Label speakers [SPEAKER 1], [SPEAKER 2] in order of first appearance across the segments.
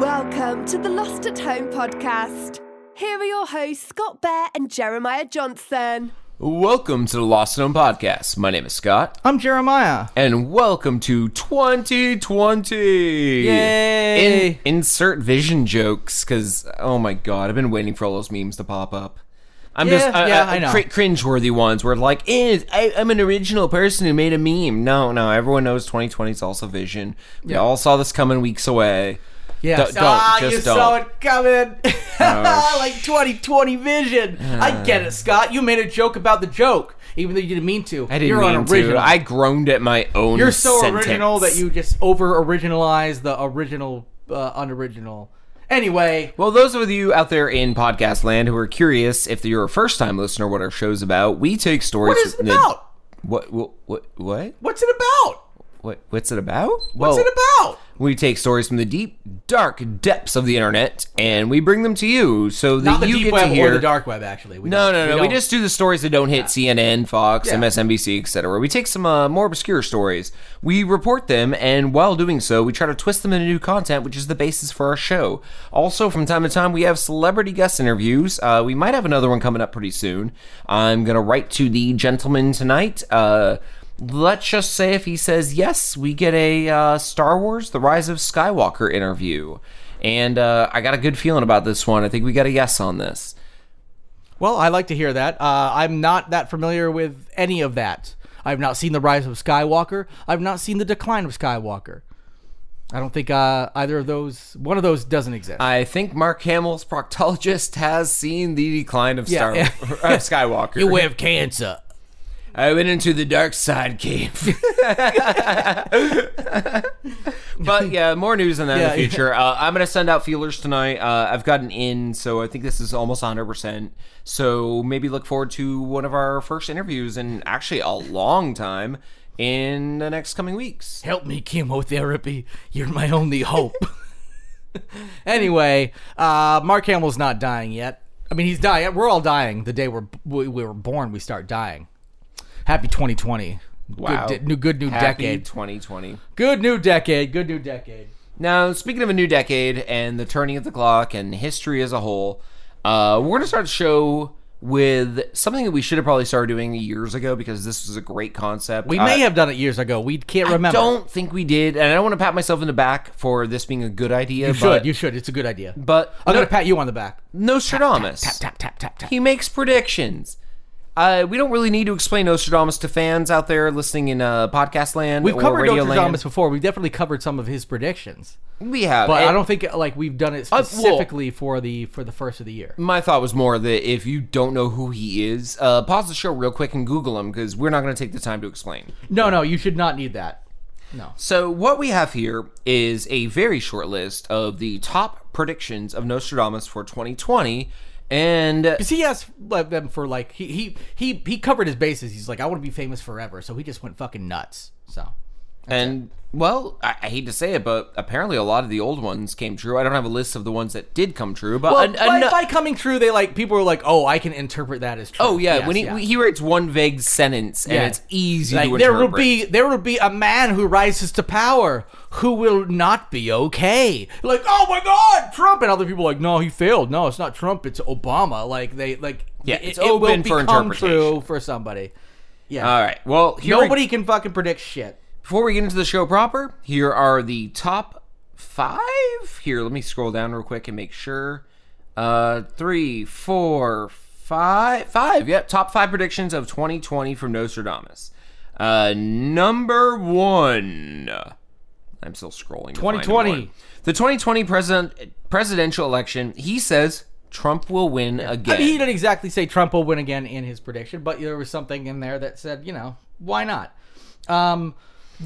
[SPEAKER 1] Welcome to the Lost at Home podcast. Here are your hosts, Scott Bear and Jeremiah Johnson.
[SPEAKER 2] Welcome to the Lost and Home podcast. My name is Scott,
[SPEAKER 3] I'm Jeremiah.
[SPEAKER 2] and welcome to 2020.
[SPEAKER 3] Yay.
[SPEAKER 2] In- insert vision jokes, because oh my god, I've been waiting for all those memes to pop up. I'm
[SPEAKER 3] Yeah,
[SPEAKER 2] just uh,
[SPEAKER 3] yeah,
[SPEAKER 2] uh,
[SPEAKER 3] I know.
[SPEAKER 2] cri- cringeworthy ones where like, eh, I, I'm an original person who made a meme. No, no, everyone knows 2020 is also vision. We all saw this coming weeks away.
[SPEAKER 3] Yeah.
[SPEAKER 2] Don't- don't, Ah, just you don't. saw
[SPEAKER 3] it coming. like 2020 vision. I get it, Scott. You made a joke about the joke, even though you didn't mean to.
[SPEAKER 2] I didn't
[SPEAKER 3] You're
[SPEAKER 2] mean
[SPEAKER 3] unoriginal.
[SPEAKER 2] to. I groaned at my own.
[SPEAKER 3] You're so
[SPEAKER 2] sentence.
[SPEAKER 3] original that you just over originalize the original, uh, unoriginal. Anyway,
[SPEAKER 2] Well, those of you out there in podcast land who are curious, if you're a first time listener, what our show's about, we take stories.
[SPEAKER 3] what is it
[SPEAKER 2] that-
[SPEAKER 3] about?
[SPEAKER 2] What, what, what, what,
[SPEAKER 3] What's it about?
[SPEAKER 2] what, what's it about?
[SPEAKER 3] What's it about?
[SPEAKER 2] We take stories from the deep, dark depths of the internet and we bring them to you so that
[SPEAKER 3] Not the
[SPEAKER 2] you
[SPEAKER 3] deep
[SPEAKER 2] get
[SPEAKER 3] web
[SPEAKER 2] to hear.
[SPEAKER 3] or the dark web, actually. We
[SPEAKER 2] No,
[SPEAKER 3] don't-
[SPEAKER 2] no, no. We,
[SPEAKER 3] don't-
[SPEAKER 2] just do the stories that don't hit CNN, Fox,
[SPEAKER 3] Yeah.
[SPEAKER 2] MSNBC, etc. We take some uh, more obscure stories. We report them, and while doing so, we try to twist them into new content, which is the basis for our show. Also, from time to time, we have celebrity guest interviews. Uh, we might have another one coming up pretty soon. I'm gonna write to the gentleman tonight. Uh, Let's just say if he says yes, we get a uh, Star Wars: The Rise of Skywalker interview, and uh, I got a good feeling about this one. I think we got a yes on this.
[SPEAKER 3] Well, I like to hear that. Uh, I'm not that familiar with any of that. I've not seen the rise of Skywalker. I've not seen the decline of Skywalker. I don't think uh, either of those. One of those doesn't exist.
[SPEAKER 2] I think Mark Hamill's proctologist has seen the decline of Star
[SPEAKER 3] Yeah.
[SPEAKER 2] of Skywalker.
[SPEAKER 3] have cancer.
[SPEAKER 2] I went into the dark side cave. but yeah, more news on that in
[SPEAKER 3] Yeah,
[SPEAKER 2] the
[SPEAKER 3] yeah.
[SPEAKER 2] future. Uh, I'm gonna send out feelers tonight. Uh, I've gotten in, so I think this is almost 100. percent So maybe look forward to one of our first interviews in actually a long time in the next coming weeks.
[SPEAKER 3] Help me, chemotherapy. You're my only hope. anyway, uh, Mark Hamill's not dying yet. I mean, he's dying. We're all dying. The day we're we, we were born, we start dying. Happy 2020.
[SPEAKER 2] Wow.
[SPEAKER 3] Good, di- new good new
[SPEAKER 2] Happy
[SPEAKER 3] decade.
[SPEAKER 2] 2020.
[SPEAKER 3] Good new decade. Good new decade.
[SPEAKER 2] Now, speaking of a new decade and the turning of the clock and history as a whole, uh, we're going to start the show with something that we should have probably started doing years ago because this was a great concept.
[SPEAKER 3] We
[SPEAKER 2] Uh,
[SPEAKER 3] may have done it years ago. We can't remember.
[SPEAKER 2] Don't think we did, and I don't want to pat myself in the back for this being a good idea.
[SPEAKER 3] You
[SPEAKER 2] but,
[SPEAKER 3] should. you should. It's a good idea.
[SPEAKER 2] but
[SPEAKER 3] I'm
[SPEAKER 2] no,
[SPEAKER 3] gonna pat you on the back.
[SPEAKER 2] Nostradamus.
[SPEAKER 3] Tap tap tap tap tap.
[SPEAKER 2] He makes predictions. Uh, we don't really need to explain Nostradamus to fans out there listening in uh, podcast land
[SPEAKER 3] We've
[SPEAKER 2] or
[SPEAKER 3] covered
[SPEAKER 2] radio land.
[SPEAKER 3] Nostradamus before. We've definitely covered some of his predictions,
[SPEAKER 2] We have,
[SPEAKER 3] but I
[SPEAKER 2] and-
[SPEAKER 3] don't think like we've done it
[SPEAKER 2] well-
[SPEAKER 3] specifically for the for the first of the year.
[SPEAKER 2] My thought was more that if you don't know who he is, uh, pause the show real quick and Google him because we're not going to take the time to explain.
[SPEAKER 3] No, no, you should not need that.
[SPEAKER 2] So, what we have here is a very short list of the top predictions of Nostradamus for 2020. And
[SPEAKER 3] Because he asked like, them for like he he he he covered his bases. He's like, I want to be famous forever, so he just went fucking nuts. So
[SPEAKER 2] And well, I, I hate to say it, but apparently a lot of the old ones came true. I don't have a list of the ones that did come true, but
[SPEAKER 3] well,
[SPEAKER 2] an-
[SPEAKER 3] by,
[SPEAKER 2] ano-
[SPEAKER 3] by coming true, they like people were like, oh, I can interpret that as true.
[SPEAKER 2] oh yeah,
[SPEAKER 3] Yes,
[SPEAKER 2] when he he writes one vague sentence and
[SPEAKER 3] Yeah.
[SPEAKER 2] it's easy to
[SPEAKER 3] Like,
[SPEAKER 2] interpret.
[SPEAKER 3] there will be there will be a man who rises to power who will not be okay. Like, oh my God, Trump, and other people are like, no, he failed. No, it's not Trump, it's Obama. Like they like,
[SPEAKER 2] Yeah,
[SPEAKER 3] it-
[SPEAKER 2] it's
[SPEAKER 3] it will
[SPEAKER 2] open for
[SPEAKER 3] become True
[SPEAKER 2] interpretation.
[SPEAKER 3] for somebody. Yeah,
[SPEAKER 2] All right. Well, here we-
[SPEAKER 3] nobody can fucking predict shit.
[SPEAKER 2] Before we get into the show proper, here are the top five. Here, let me scroll down real quick and make sure. Uh, three, four, five, five. Yep, top five predictions of 2020 from Nostradamus. Uh, number one. I'm still scrolling. to find
[SPEAKER 3] 2020.
[SPEAKER 2] one. The 2020 president presidential election. He says Trump will win again.
[SPEAKER 3] I mean, he didn't exactly say Trump will win again in his prediction, but there was something in there that said, you know, why not? Um,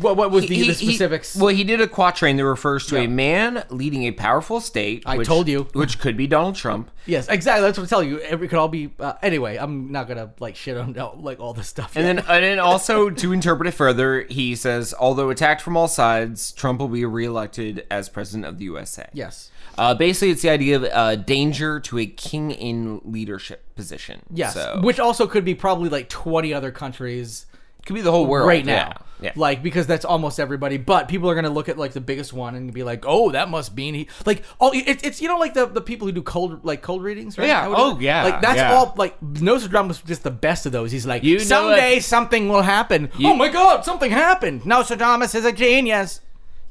[SPEAKER 3] what what was the, the specifics?
[SPEAKER 2] well, he did a quatrain that refers to
[SPEAKER 3] Yeah.
[SPEAKER 2] a man leading a powerful state.
[SPEAKER 3] I told you.
[SPEAKER 2] which could be Donald Trump.
[SPEAKER 3] Yes, exactly. That's what I'm telling you. It could all be. Uh, anyway, I'm not gonna like shit on no, like all this stuff.
[SPEAKER 2] And then, and then also to interpret it further, he says, although attacked from all sides, Trump will be reelected as president of the USA.
[SPEAKER 3] yes,
[SPEAKER 2] Uh, basically, it's the idea of uh, danger to a king in leadership position.
[SPEAKER 3] yes,
[SPEAKER 2] So,
[SPEAKER 3] which also could be probably like 20 other countries
[SPEAKER 2] could be the whole world
[SPEAKER 3] right
[SPEAKER 2] yeah.
[SPEAKER 3] now.
[SPEAKER 2] Yeah.
[SPEAKER 3] Like because that's almost everybody, but people are gonna look at like the biggest one and be like, "Oh, that must mean he like all it, it's you know like the, the people who do cold like cold readings, right?
[SPEAKER 2] Yeah.
[SPEAKER 3] How it
[SPEAKER 2] Oh,
[SPEAKER 3] is?
[SPEAKER 2] yeah.
[SPEAKER 3] Like that's
[SPEAKER 2] Yeah.
[SPEAKER 3] all like Nostradamus was just the best of those. He's like,
[SPEAKER 2] You know
[SPEAKER 3] someday something will happen. oh my God, something happened. Nostradamus is a genius.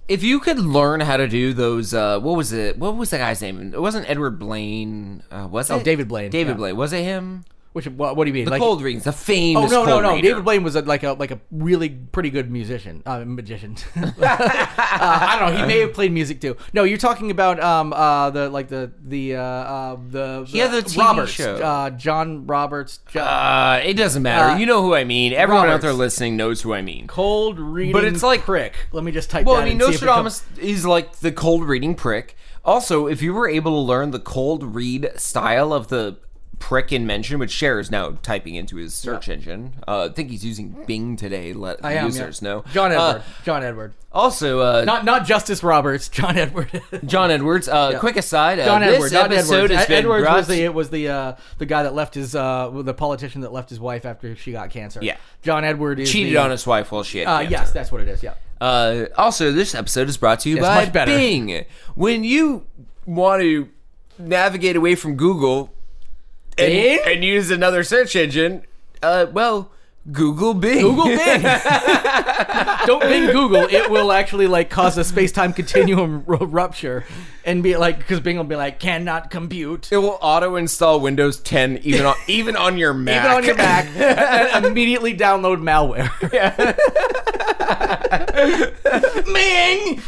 [SPEAKER 2] If you could learn how to do those, uh, what was it? What was the guy's name? It wasn't Edward Blaine. Uh, was it?
[SPEAKER 3] Oh, David Blaine,
[SPEAKER 2] David
[SPEAKER 3] yeah.
[SPEAKER 2] Blaine. Was it him?
[SPEAKER 3] Which what, what do you mean?
[SPEAKER 2] The
[SPEAKER 3] like,
[SPEAKER 2] cold readings. The
[SPEAKER 3] Oh
[SPEAKER 2] famous.
[SPEAKER 3] no no
[SPEAKER 2] cold
[SPEAKER 3] no!
[SPEAKER 2] reader.
[SPEAKER 3] David Blaine was a, like a like a really pretty good musician, uh, magician. uh, I don't know. He may have played music too. No, you're talking about um uh the like the the uh, uh the
[SPEAKER 2] had the TV
[SPEAKER 3] Roberts
[SPEAKER 2] show.
[SPEAKER 3] uh John Roberts Jo-
[SPEAKER 2] Uh, it doesn't matter.
[SPEAKER 3] Uh,
[SPEAKER 2] you know who I mean. Everyone out
[SPEAKER 3] Roberts.
[SPEAKER 2] there listening knows who I mean.
[SPEAKER 3] cold reading.
[SPEAKER 2] But it's like-
[SPEAKER 3] prick. Let me just type.
[SPEAKER 2] Well,
[SPEAKER 3] that
[SPEAKER 2] I mean,
[SPEAKER 3] and see if it
[SPEAKER 2] Nostradamus
[SPEAKER 3] comes-
[SPEAKER 2] is like the cold reading prick. Also, if you were able to learn the cold read style of the prick in mention, which Cher is now typing into his search engine, uh, I think he's using Bing today. Let
[SPEAKER 3] I am,
[SPEAKER 2] users
[SPEAKER 3] yeah.
[SPEAKER 2] know.
[SPEAKER 3] John
[SPEAKER 2] Uh,
[SPEAKER 3] Edward. John Edward.
[SPEAKER 2] also, uh,
[SPEAKER 3] Not not Justice Roberts. John Edward.
[SPEAKER 2] John Edwards. Uh, Quick aside, uh,
[SPEAKER 3] John
[SPEAKER 2] this
[SPEAKER 3] Edward. Not
[SPEAKER 2] episode
[SPEAKER 3] Edwards.
[SPEAKER 2] has
[SPEAKER 3] Ed-
[SPEAKER 2] been
[SPEAKER 3] Edwards
[SPEAKER 2] brought
[SPEAKER 3] was the was the uh, the guy that left his uh, the politician that left his wife after she got cancer.
[SPEAKER 2] Yeah.
[SPEAKER 3] John Edward is
[SPEAKER 2] cheated
[SPEAKER 3] the-
[SPEAKER 2] on his wife while she had
[SPEAKER 3] Uh,
[SPEAKER 2] cancer.
[SPEAKER 3] yes, that's what it is. Yeah.
[SPEAKER 2] Uh, also, this episode is brought to you by
[SPEAKER 3] much better.
[SPEAKER 2] Bing. When you want to navigate away from Google and,
[SPEAKER 3] Bing?
[SPEAKER 2] and use another search engine, uh, well, Google Bing.
[SPEAKER 3] Google Bing. Don't Bing Google. It will actually like cause a space time continuum ru- rupture, and be like because Bing will be like cannot compute.
[SPEAKER 2] it will auto install Windows 10 even on even on your Mac.
[SPEAKER 3] Even on your back, and immediately download malware. Bing.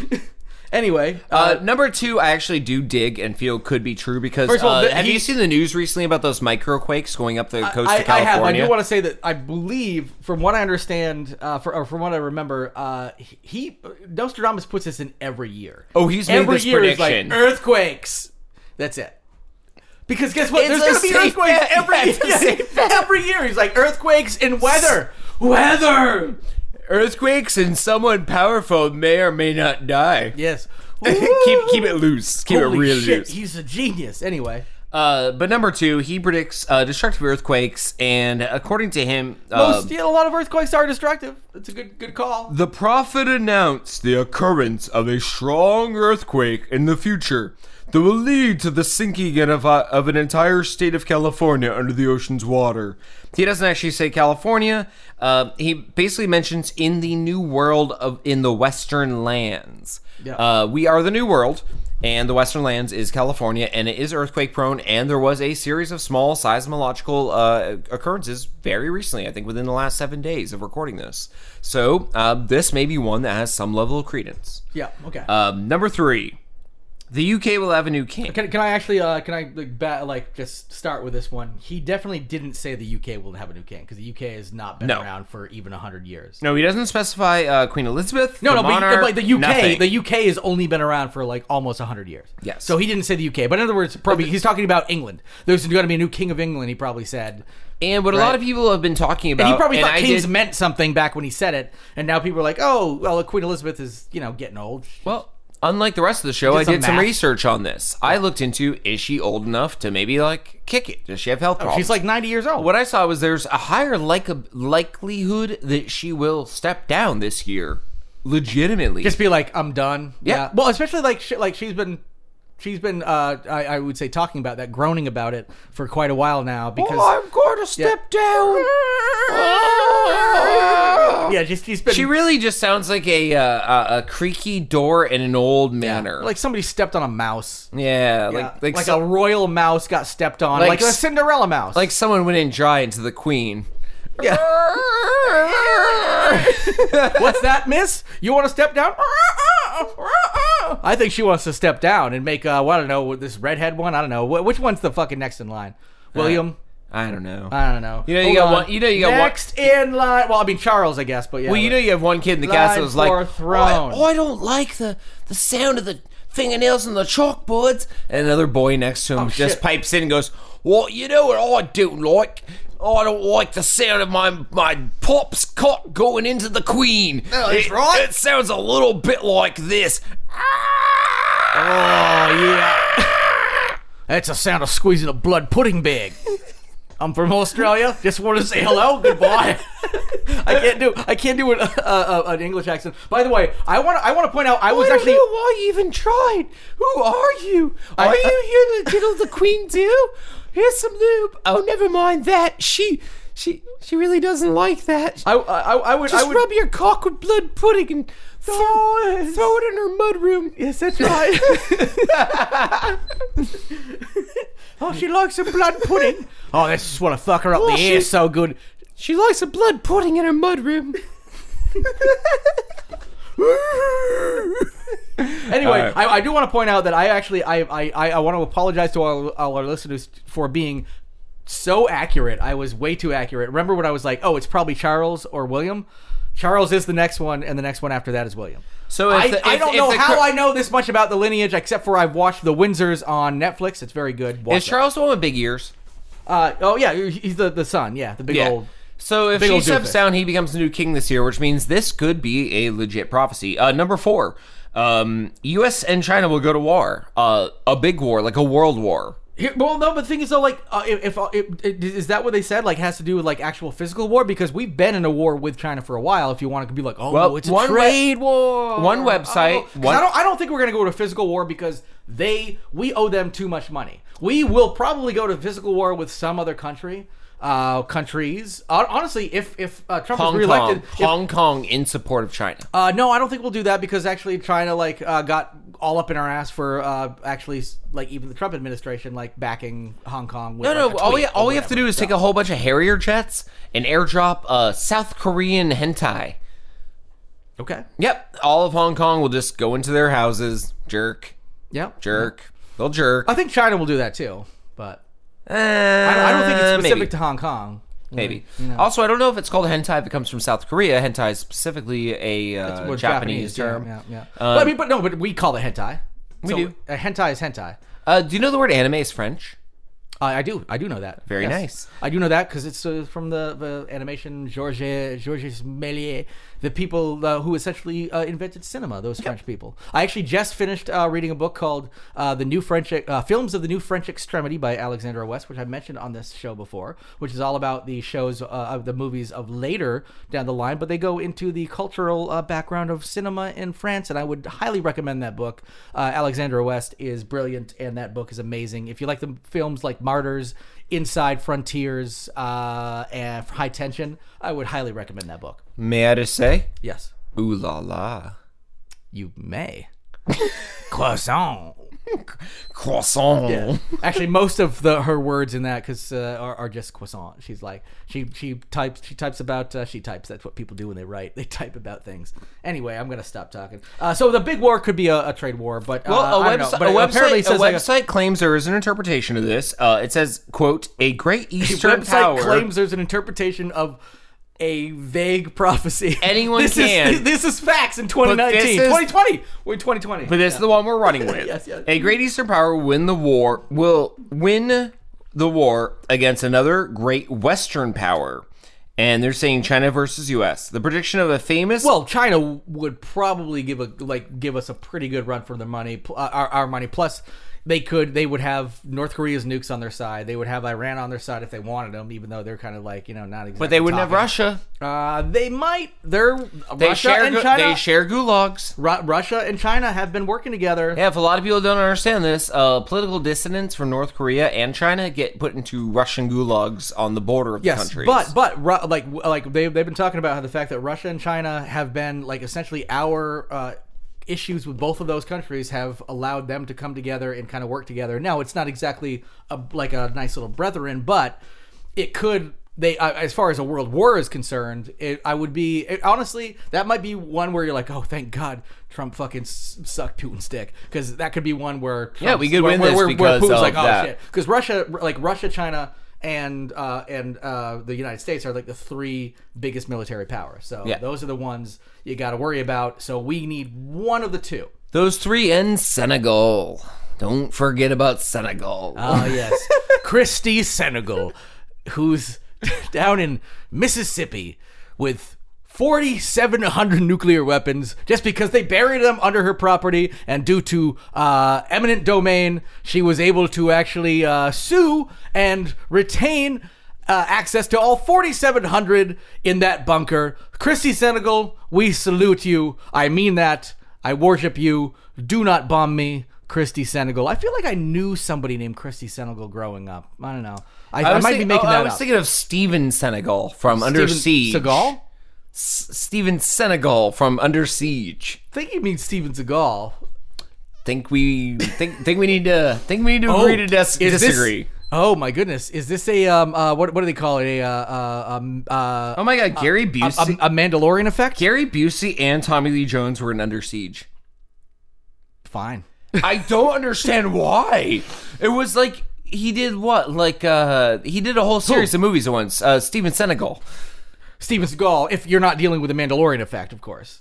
[SPEAKER 3] Anyway,
[SPEAKER 2] Uh, number two, I actually do dig and feel could be true because
[SPEAKER 3] First of all,
[SPEAKER 2] uh,
[SPEAKER 3] th-
[SPEAKER 2] have you
[SPEAKER 3] he-
[SPEAKER 2] seen the news recently about those microquakes going up the coast
[SPEAKER 3] I,
[SPEAKER 2] of
[SPEAKER 3] I
[SPEAKER 2] California?
[SPEAKER 3] have. I do want to say that I believe, from what I understand, uh, for, or from what I remember, uh, he- he Nostradamus puts this in every year.
[SPEAKER 2] Oh, he's made
[SPEAKER 3] every
[SPEAKER 2] this
[SPEAKER 3] year is
[SPEAKER 2] prediction.
[SPEAKER 3] like earthquakes. That's it. Because guess what?
[SPEAKER 2] It's
[SPEAKER 3] There's
[SPEAKER 2] a
[SPEAKER 3] gonna be
[SPEAKER 2] safe
[SPEAKER 3] earthquakes
[SPEAKER 2] bet.
[SPEAKER 3] every
[SPEAKER 2] Yeah, it's a
[SPEAKER 3] year.
[SPEAKER 2] safe bet.
[SPEAKER 3] every year. He's like earthquakes and weather, weather.
[SPEAKER 2] Earthquakes and someone powerful may or may not die.
[SPEAKER 3] Yes.
[SPEAKER 2] keep
[SPEAKER 3] Woo.
[SPEAKER 2] keep it loose. Keep
[SPEAKER 3] Holy
[SPEAKER 2] it real
[SPEAKER 3] shit,
[SPEAKER 2] loose.
[SPEAKER 3] He's a genius. Anyway,
[SPEAKER 2] Uh, but number two, he predicts uh, destructive earthquakes, and according to him, uh,
[SPEAKER 3] most, yeah, Oh, a lot of earthquakes are destructive. That's a good good call.
[SPEAKER 2] the prophet announced the occurrence of a strong earthquake in the future that will lead to the sinking of, a, of an entire state of California under the ocean's water. He doesn't actually say California. Uh, he basically mentions in the new world of in the western lands.
[SPEAKER 3] Yeah.
[SPEAKER 2] Uh, we are the new world. And the Western Lands is California, and it is earthquake prone. And there was a series of small seismological uh, occurrences very recently, I think within the last seven days of recording this. So uh, this may be one that has some level of credence.
[SPEAKER 3] Yeah. Okay.
[SPEAKER 2] Um, number three, the UK will have a new king.
[SPEAKER 3] Can, can I actually uh, can I like, ba- like just start with this one? He definitely didn't say the UK will have a new king because the UK has not been
[SPEAKER 2] No.
[SPEAKER 3] around for even hundred years.
[SPEAKER 2] No, he doesn't specify uh, Queen Elizabeth.
[SPEAKER 3] No,
[SPEAKER 2] the
[SPEAKER 3] no, but,
[SPEAKER 2] monarch,
[SPEAKER 3] but the UK,
[SPEAKER 2] nothing.
[SPEAKER 3] the UK has only been around for like almost hundred years.
[SPEAKER 2] Yes.
[SPEAKER 3] So he didn't say the UK, but in other words, probably he's talking about England. There's going to be a new king of England. He probably said.
[SPEAKER 2] and what a lot of people have been talking about.
[SPEAKER 3] He probably
[SPEAKER 2] Oh, and
[SPEAKER 3] thought
[SPEAKER 2] I
[SPEAKER 3] kings
[SPEAKER 2] did-
[SPEAKER 3] meant something back when he said it, and now people are like, "Oh, well, Queen Elizabeth is you know getting old."
[SPEAKER 2] Well, unlike the rest of the show, I
[SPEAKER 3] some
[SPEAKER 2] did some
[SPEAKER 3] math.
[SPEAKER 2] research on this. I looked into is she old enough to maybe like kick it? Does she have health problems?
[SPEAKER 3] Oh, She's like ninety years old.
[SPEAKER 2] What I saw was there's a higher like likelihood that she will step down this year, legitimately.
[SPEAKER 3] just be like i'm done
[SPEAKER 2] Yeah.
[SPEAKER 3] well especially like she, like she's been she's been uh I, I would say talking about that groaning about it for quite a while now because
[SPEAKER 2] going to down.
[SPEAKER 3] yeah just she's been
[SPEAKER 2] She really just sounds like a uh, a, a creaky door in an old manor.
[SPEAKER 3] like somebody stepped on a mouse
[SPEAKER 2] yeah,
[SPEAKER 3] Yeah.
[SPEAKER 2] like
[SPEAKER 3] like,
[SPEAKER 2] like so-
[SPEAKER 3] a royal mouse got stepped on
[SPEAKER 2] Like
[SPEAKER 3] like, a
[SPEAKER 2] s-
[SPEAKER 3] cinderella mouse
[SPEAKER 2] like someone went in giant to the queen.
[SPEAKER 3] Yeah. what's that miss you want to step down i think she wants to step down and make uh well, i don't know what this redhead one i don't know Wh- which one's the fucking next in line william
[SPEAKER 2] I don't know.
[SPEAKER 3] I don't know.
[SPEAKER 2] You know, you got one- you know, you got one-
[SPEAKER 3] next in line. Well, I mean Charles, I guess, but yeah.
[SPEAKER 2] Well, you know, you have one kid in the
[SPEAKER 3] Line
[SPEAKER 2] cast that was like,
[SPEAKER 3] for throne.
[SPEAKER 2] Oh, I, oh, I don't like the the sound of the fingernails and the chalkboards. And another boy next to him just
[SPEAKER 3] Oh, shit.
[SPEAKER 2] pipes in and goes, "Well, you know what I don't like? I don't like the sound of my my pop's cock going into the queen.
[SPEAKER 3] Oh, that's
[SPEAKER 2] It-
[SPEAKER 3] right.
[SPEAKER 2] It sounds a little bit like this." Ah!
[SPEAKER 3] oh yeah. That's the sound of squeezing a blood pudding bag. I'm from Australia. Just want to say hello. Goodbye. I can't do I can't do an, uh, uh, an English accent. By the way, I want to I want to point out I was
[SPEAKER 2] I don't
[SPEAKER 3] actually
[SPEAKER 2] know why you even tried. Who are you? Are
[SPEAKER 3] I- uh,
[SPEAKER 2] you here to diddle the queen too? Here's some lube. Oh, never mind that. She, she, she really doesn't like that.
[SPEAKER 3] I, I, I would
[SPEAKER 2] Just
[SPEAKER 3] I would
[SPEAKER 2] rub your cock with blood pudding and throw, throw it in her mud room.
[SPEAKER 3] Yes, that's right. oh, she likes a blood pudding. Oh, this is what I fuck her up
[SPEAKER 2] Oh,
[SPEAKER 3] the ear
[SPEAKER 2] she-
[SPEAKER 3] so good.
[SPEAKER 2] She likes a blood pudding in her mud room.
[SPEAKER 3] Anyway,
[SPEAKER 2] All right.
[SPEAKER 3] I, I do want to point out that I actually I I, I, I want to apologize to all, all our listeners for being so accurate. I was way too accurate. Remember when I was like, "Oh, it's probably Charles or William." Charles is the next one, and the next one after that is William.
[SPEAKER 2] So if
[SPEAKER 3] I,
[SPEAKER 2] the-
[SPEAKER 3] I
[SPEAKER 2] if-
[SPEAKER 3] don't
[SPEAKER 2] if
[SPEAKER 3] know
[SPEAKER 2] the
[SPEAKER 3] how
[SPEAKER 2] cor-
[SPEAKER 3] I know this much about the lineage, except for I've watched The Windsors on Netflix. It's very good. Watch
[SPEAKER 2] Is
[SPEAKER 3] it.
[SPEAKER 2] Charles the one with big ears?
[SPEAKER 3] Uh, oh yeah, he's the, the son. Yeah, the big old.
[SPEAKER 2] So if
[SPEAKER 3] big
[SPEAKER 2] she
[SPEAKER 3] old
[SPEAKER 2] steps
[SPEAKER 3] doofus.
[SPEAKER 2] down, he becomes the new king this year, which means this could be a legit prophecy. Uh, number four, um, U.S. and China will go to war, uh, a big war, like a world war.
[SPEAKER 3] Here, well, no, but the thing is though, like, uh, if, if if- is that what they said? Like, has to do with like actual physical war because we've been in a war with China for a while. If you want to be like, oh,
[SPEAKER 2] Well,
[SPEAKER 3] it's a
[SPEAKER 2] one we-
[SPEAKER 3] trade war.
[SPEAKER 2] one website-
[SPEAKER 3] Oh, 'cause
[SPEAKER 2] one-
[SPEAKER 3] I don't. I don't think we're gonna go to physical war because they we owe them too much money. We will probably go to physical war with some other country. Uh, countries. Uh, honestly, if if uh, Trump
[SPEAKER 2] Hong
[SPEAKER 3] is reelected,
[SPEAKER 2] Kong,
[SPEAKER 3] if-
[SPEAKER 2] Hong Kong in support of China.
[SPEAKER 3] Uh, no, I don't think we'll do that because actually China like uh, got all up in our ass for uh, actually s- like even the Trump administration like backing Hong Kong. With,
[SPEAKER 2] No, no.
[SPEAKER 3] like, a
[SPEAKER 2] All we
[SPEAKER 3] tweet or
[SPEAKER 2] all we have to
[SPEAKER 3] whatever.
[SPEAKER 2] do is take a whole bunch of Harrier jets and airdrop uh, South Korean hentai.
[SPEAKER 3] okay.
[SPEAKER 2] Yep, all of Hong Kong will just go into their houses, jerk,
[SPEAKER 3] Yeah,
[SPEAKER 2] jerk. They'll jerk.
[SPEAKER 3] I think China will do that too, but I don't, I don't think it's
[SPEAKER 2] Uh,
[SPEAKER 3] specific
[SPEAKER 2] maybe.
[SPEAKER 3] to Hong Kong.
[SPEAKER 2] Maybe. Also, I don't know if it's called hentai if it comes from South Korea. Hentai is specifically a uh,
[SPEAKER 3] Well,
[SPEAKER 2] Japanese,
[SPEAKER 3] yeah,
[SPEAKER 2] term. Uh,
[SPEAKER 3] Yeah, yeah. But, I mean, but no, but we call it hentai. We
[SPEAKER 2] do.
[SPEAKER 3] Uh, hentai is hentai.
[SPEAKER 2] Uh, do you know the word anime is French?
[SPEAKER 3] Uh, I do. I do know that.
[SPEAKER 2] Very nice.
[SPEAKER 3] I do know that because it's uh, from the, the animation Georges Georges Méliès, the people uh, who essentially uh, invented cinema. Those French people. I actually just finished uh, reading a book called uh, "The New French uh, Films of the New French Extremity" by Alexandra West, which I mentioned on this show before, which is all about the shows uh, of the movies of later down the line, but they go into the cultural uh, background of cinema in France, and I would highly recommend that book. Uh, Alexandra West is brilliant, and that book is amazing. If you like the films like Martyrs, Inside Frontiers, uh, and High Tension, I would highly recommend that book.
[SPEAKER 2] May I just say,
[SPEAKER 3] Yes,
[SPEAKER 2] ooh la la,
[SPEAKER 3] you may. Croissant.
[SPEAKER 2] croissant.
[SPEAKER 3] Actually, most of the her words in that because uh, are, are just croissant. She's like she she types she types about uh, she types. That's what people do when they write. They type about things. Anyway, I'm gonna stop talking. Uh, so the big war could be a, a trade war, but uh,
[SPEAKER 2] Well,
[SPEAKER 3] I
[SPEAKER 2] a,
[SPEAKER 3] don't know.
[SPEAKER 2] website,
[SPEAKER 3] But
[SPEAKER 2] a
[SPEAKER 3] it apparently
[SPEAKER 2] website, a
[SPEAKER 3] says like
[SPEAKER 2] website claims there is an interpretation of this. Uh, it says, "quote A great Eastern
[SPEAKER 3] website
[SPEAKER 2] power."
[SPEAKER 3] claims there's an interpretation of. A vague prophecy.
[SPEAKER 2] Anyone
[SPEAKER 3] this Is,
[SPEAKER 2] can.
[SPEAKER 3] this is facts in 2019,
[SPEAKER 2] this is-
[SPEAKER 3] 2020. We're in 2020.
[SPEAKER 2] But this is the one we're running with.
[SPEAKER 3] Yes, yes.
[SPEAKER 2] A great Eastern power win the war will win the war against another great Western power. And they're saying China versus US. The prediction of a famous
[SPEAKER 3] Well, China would probably give a like give us a pretty good run for their money, pl- uh, our, our money. Plus, they could they would have North Korea's nukes on their side. They would have Iran on their side if they wanted them, even though they're kind of like you know not exactly.
[SPEAKER 2] but they wouldn't have Russia.
[SPEAKER 3] Uh, they might. They're
[SPEAKER 2] They
[SPEAKER 3] Russia
[SPEAKER 2] share
[SPEAKER 3] and
[SPEAKER 2] gu-
[SPEAKER 3] China.
[SPEAKER 2] they share gulags.
[SPEAKER 3] Ru- Russia and China have been working together.
[SPEAKER 2] Yeah, if a lot of people don't understand this, uh, political dissidents from North Korea and China get put into Russian gulags on the border of the
[SPEAKER 3] Yes,
[SPEAKER 2] countries.
[SPEAKER 3] but but Ru- like like they they've been talking about how the fact that Russia and China have been like essentially our uh, issues with both of those countries have allowed them to come together and kind of work together. Now it's not exactly a, like a nice little brethren, but it could. They, uh, as far as a world war is concerned, it, I would be it, honestly that might be one where you're like, oh, thank God, Trump fucking s- sucked Putin's dick because that could be one where Trump's,
[SPEAKER 2] we could
[SPEAKER 3] where,
[SPEAKER 2] win
[SPEAKER 3] where,
[SPEAKER 2] this
[SPEAKER 3] where,
[SPEAKER 2] because
[SPEAKER 3] where Putin's
[SPEAKER 2] of
[SPEAKER 3] like, oh
[SPEAKER 2] that.
[SPEAKER 3] shit, because Russia, like Russia, China, and uh, and uh, the United States are like the three biggest military powers. So
[SPEAKER 2] Yeah.
[SPEAKER 3] those are the ones you got to worry about. So we need one of the two.
[SPEAKER 2] those three and Senegal. Don't forget about Senegal.
[SPEAKER 3] Oh yes, Christy Senegal, who's down in Mississippi with. 4,700 nuclear weapons just because they buried them under her property. And due to uh, eminent domain, she was able to actually uh, sue and retain uh, access to all 4,700 in that bunker. Christy Senegal, we salute you. I mean that. I worship you. Do not bomb me. Christy Senegal. I feel like I knew somebody named Christy Senegal growing up. I don't know. I, I,
[SPEAKER 2] was
[SPEAKER 3] might be
[SPEAKER 2] thinking-
[SPEAKER 3] making
[SPEAKER 2] oh,
[SPEAKER 3] that
[SPEAKER 2] I was
[SPEAKER 3] up.
[SPEAKER 2] thinking of Steven Senegal from Under
[SPEAKER 3] Steven
[SPEAKER 2] Siege.
[SPEAKER 3] Seagal?
[SPEAKER 2] S- Steven Senegal from Under Siege.
[SPEAKER 3] I think you mean Steven Seagal.
[SPEAKER 2] Think we think think we need to think we need to agree to dis-
[SPEAKER 3] Oh, is this-
[SPEAKER 2] disagree.
[SPEAKER 3] oh my goodness! Is this a um uh what what do they call it a uh uh um, uh um,
[SPEAKER 2] oh my God, Gary
[SPEAKER 3] a,
[SPEAKER 2] Busey.
[SPEAKER 3] a Mandalorian effect?
[SPEAKER 2] Gary Busey and Tommy Lee Jones were in Under Siege.
[SPEAKER 3] Fine.
[SPEAKER 2] I don't understand why. It was like he did what? Like uh he did a whole series of movies at once. Uh Steven Senegal.
[SPEAKER 3] Steven Seagal. If you're not dealing with the Mandalorian effect, of course.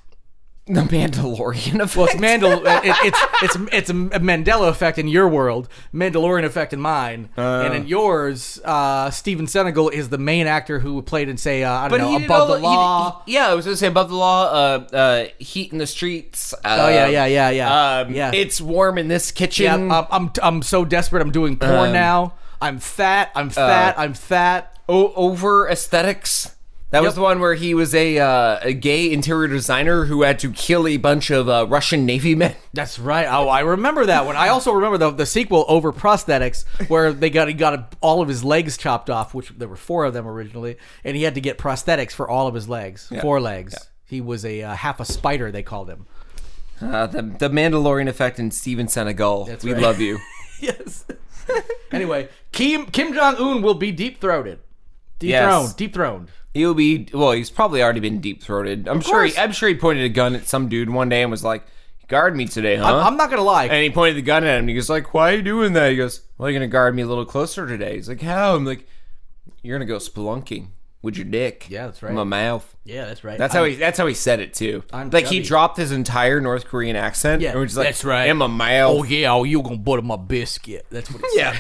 [SPEAKER 2] The Mandalorian effect.
[SPEAKER 3] Well, it's Mandal. uh, it, it's it's it's a Mandela effect in your world, Mandalorian effect in mine, and in yours, uh, Steven Senegal is the main actor who played in say uh, I don't
[SPEAKER 2] But
[SPEAKER 3] know
[SPEAKER 2] he did
[SPEAKER 3] Above
[SPEAKER 2] all-
[SPEAKER 3] the
[SPEAKER 2] he-
[SPEAKER 3] Law.
[SPEAKER 2] he- yeah, I was gonna say above the law. Uh, uh, heat in the streets. Uh,
[SPEAKER 3] oh yeah, yeah, yeah, yeah.
[SPEAKER 2] Um,
[SPEAKER 3] yeah.
[SPEAKER 2] it's warm in this
[SPEAKER 3] yeah.
[SPEAKER 2] kitchen.
[SPEAKER 3] I'm, I'm I'm so desperate. I'm doing porn now. I'm fat. I'm fat. I'm fat.
[SPEAKER 2] o- over aesthetics. That was
[SPEAKER 3] Yep.
[SPEAKER 2] the one where he was a uh, a gay interior designer who had to kill a bunch of uh, Russian Navy men.
[SPEAKER 3] That's right. Oh, I remember that one. I also remember the, the sequel over prosthetics, where they got he got all of his legs chopped off, which there were four of them originally, and he had to get prosthetics for all of his legs, four legs. He was a uh, half a spider. They called him.
[SPEAKER 2] Uh, the the Mandalorian effect and Steven Senegal. we
[SPEAKER 3] right.
[SPEAKER 2] love you.
[SPEAKER 3] Yes. anyway, Kim Kim Jong Un will be deep throated, dethroned,
[SPEAKER 2] Yes.
[SPEAKER 3] deep throned.
[SPEAKER 2] He'll be well. He's probably already been deep throated. I'm sure. He,
[SPEAKER 3] course.
[SPEAKER 2] I'm sure he pointed a gun at some dude one day and was like, "Guard me today, huh?"
[SPEAKER 3] I'm not gonna lie.
[SPEAKER 2] And he pointed the gun at him. And he goes like, "Why are you doing that?" He goes, "Well, you're gonna guard me a little closer today." He's like, "How?" I'm like, "You're gonna go spelunking with your dick."
[SPEAKER 3] Yeah, that's right.
[SPEAKER 2] In my mouth.
[SPEAKER 3] yeah, that's right.
[SPEAKER 2] That's how he. That's how he said it too.
[SPEAKER 3] I'm
[SPEAKER 2] like he
[SPEAKER 3] chubby.
[SPEAKER 2] dropped his entire North Korean accent.
[SPEAKER 3] Yeah,
[SPEAKER 2] and we're just like,
[SPEAKER 3] that's right.
[SPEAKER 2] In my mouth.
[SPEAKER 3] Oh yeah, oh you gonna butter my biscuit? That's what. It's
[SPEAKER 2] yeah.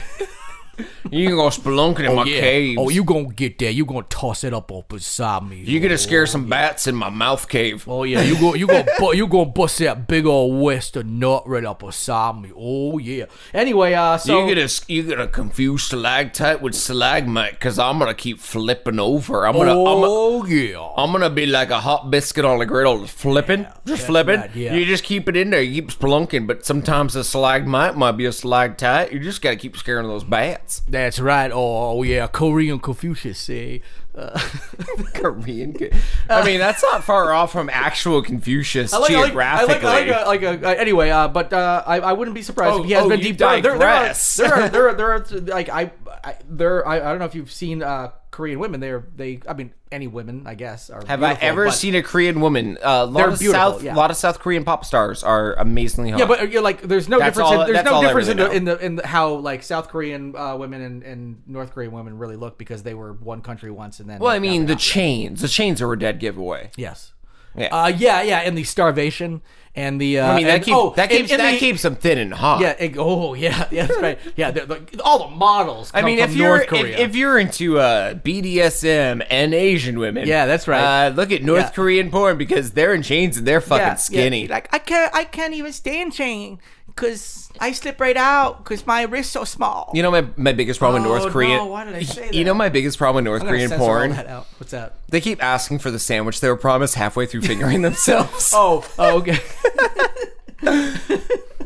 [SPEAKER 2] you can go spelunking in my
[SPEAKER 3] yeah.
[SPEAKER 2] cave.
[SPEAKER 3] Oh, you gonna get there? You gonna toss it up up beside me?
[SPEAKER 2] You're gonna scare some bats in my mouth cave.
[SPEAKER 3] Oh yeah, you go, you go, bu- you gonna bust that big old western nut right up beside me. Oh yeah. Anyway, uh, so
[SPEAKER 2] you're gonna you're gonna confuse stalactite with stalagmite because I'm gonna keep flipping over. I'm gonna I'm, gonna-
[SPEAKER 3] oh yeah,
[SPEAKER 2] I'm gonna be like a hot biscuit on the griddle, just flipping, just flipping.
[SPEAKER 3] right, yeah.
[SPEAKER 2] You just keep it in there. You keep spelunking, but sometimes a stalagmite might be a stalactite. You just gotta keep scaring those bats.
[SPEAKER 3] that's right. Oh yeah, Korean Confucius. See, uh,
[SPEAKER 2] Korean. ki- I mean, that's not far off from actual Confucius geographically.
[SPEAKER 3] I like, I like, a, like a, uh, anyway, uh, but uh, I, I wouldn't be surprised
[SPEAKER 2] Oh,
[SPEAKER 3] if he has
[SPEAKER 2] oh,
[SPEAKER 3] been
[SPEAKER 2] you
[SPEAKER 3] deep throated. There, there are,
[SPEAKER 2] digress.
[SPEAKER 3] there are, there are, there are, like I, I there, I, I don't know if you've seen uh, Korean women. They're, they, I mean, any women, I guess. Are
[SPEAKER 2] Have I ever seen a Korean woman? Uh, a lot
[SPEAKER 3] They're
[SPEAKER 2] of
[SPEAKER 3] beautiful,
[SPEAKER 2] South,
[SPEAKER 3] yeah.
[SPEAKER 2] lot of South Korean pop stars are amazingly hot.
[SPEAKER 3] Yeah, but you're like, there's no
[SPEAKER 2] That's
[SPEAKER 3] difference.
[SPEAKER 2] all-
[SPEAKER 3] in, there's
[SPEAKER 2] that's
[SPEAKER 3] no
[SPEAKER 2] all I
[SPEAKER 3] difference in, the,
[SPEAKER 2] really
[SPEAKER 3] in the in the, how like South Korean uh, women and, and North Korean women really look because they were one country once and then.
[SPEAKER 2] well, I mean, the chains, the chains are a dead giveaway.
[SPEAKER 3] yes.
[SPEAKER 2] Yeah.
[SPEAKER 3] Uh, yeah, yeah, and the starvation and the. Uh,
[SPEAKER 2] I mean, that
[SPEAKER 3] and-
[SPEAKER 2] keeps
[SPEAKER 3] oh,
[SPEAKER 2] that
[SPEAKER 3] and-
[SPEAKER 2] keeps
[SPEAKER 3] and
[SPEAKER 2] that
[SPEAKER 3] the-
[SPEAKER 2] keeps them thin and hot.
[SPEAKER 3] Yeah. and- oh, yeah. Yeah. That's right. Yeah. they're like- all the models.
[SPEAKER 2] I
[SPEAKER 3] come
[SPEAKER 2] mean,
[SPEAKER 3] from
[SPEAKER 2] if you're
[SPEAKER 3] North
[SPEAKER 2] if,
[SPEAKER 3] Korea.
[SPEAKER 2] if you're into uh, BDSM and Asian women,
[SPEAKER 3] Yeah, that's right.
[SPEAKER 2] Uh, look at North
[SPEAKER 3] Yeah.
[SPEAKER 2] Korean porn because they're in chains and they're fucking
[SPEAKER 3] Yeah, yeah.
[SPEAKER 2] skinny.
[SPEAKER 4] Like I can't, I can't even stand chain because I slip right out because my wrist's so small.
[SPEAKER 2] You know my, my biggest problem with
[SPEAKER 3] Oh,
[SPEAKER 2] North Korean.
[SPEAKER 3] no, why did I say
[SPEAKER 2] You
[SPEAKER 3] that?
[SPEAKER 2] know my biggest problem with North
[SPEAKER 3] I'm gonna
[SPEAKER 2] Korean
[SPEAKER 3] censor all
[SPEAKER 2] porn.
[SPEAKER 3] that out. What's that?
[SPEAKER 2] They keep asking for the sandwich they were promised halfway through fingering themselves.
[SPEAKER 3] Oh, oh, okay.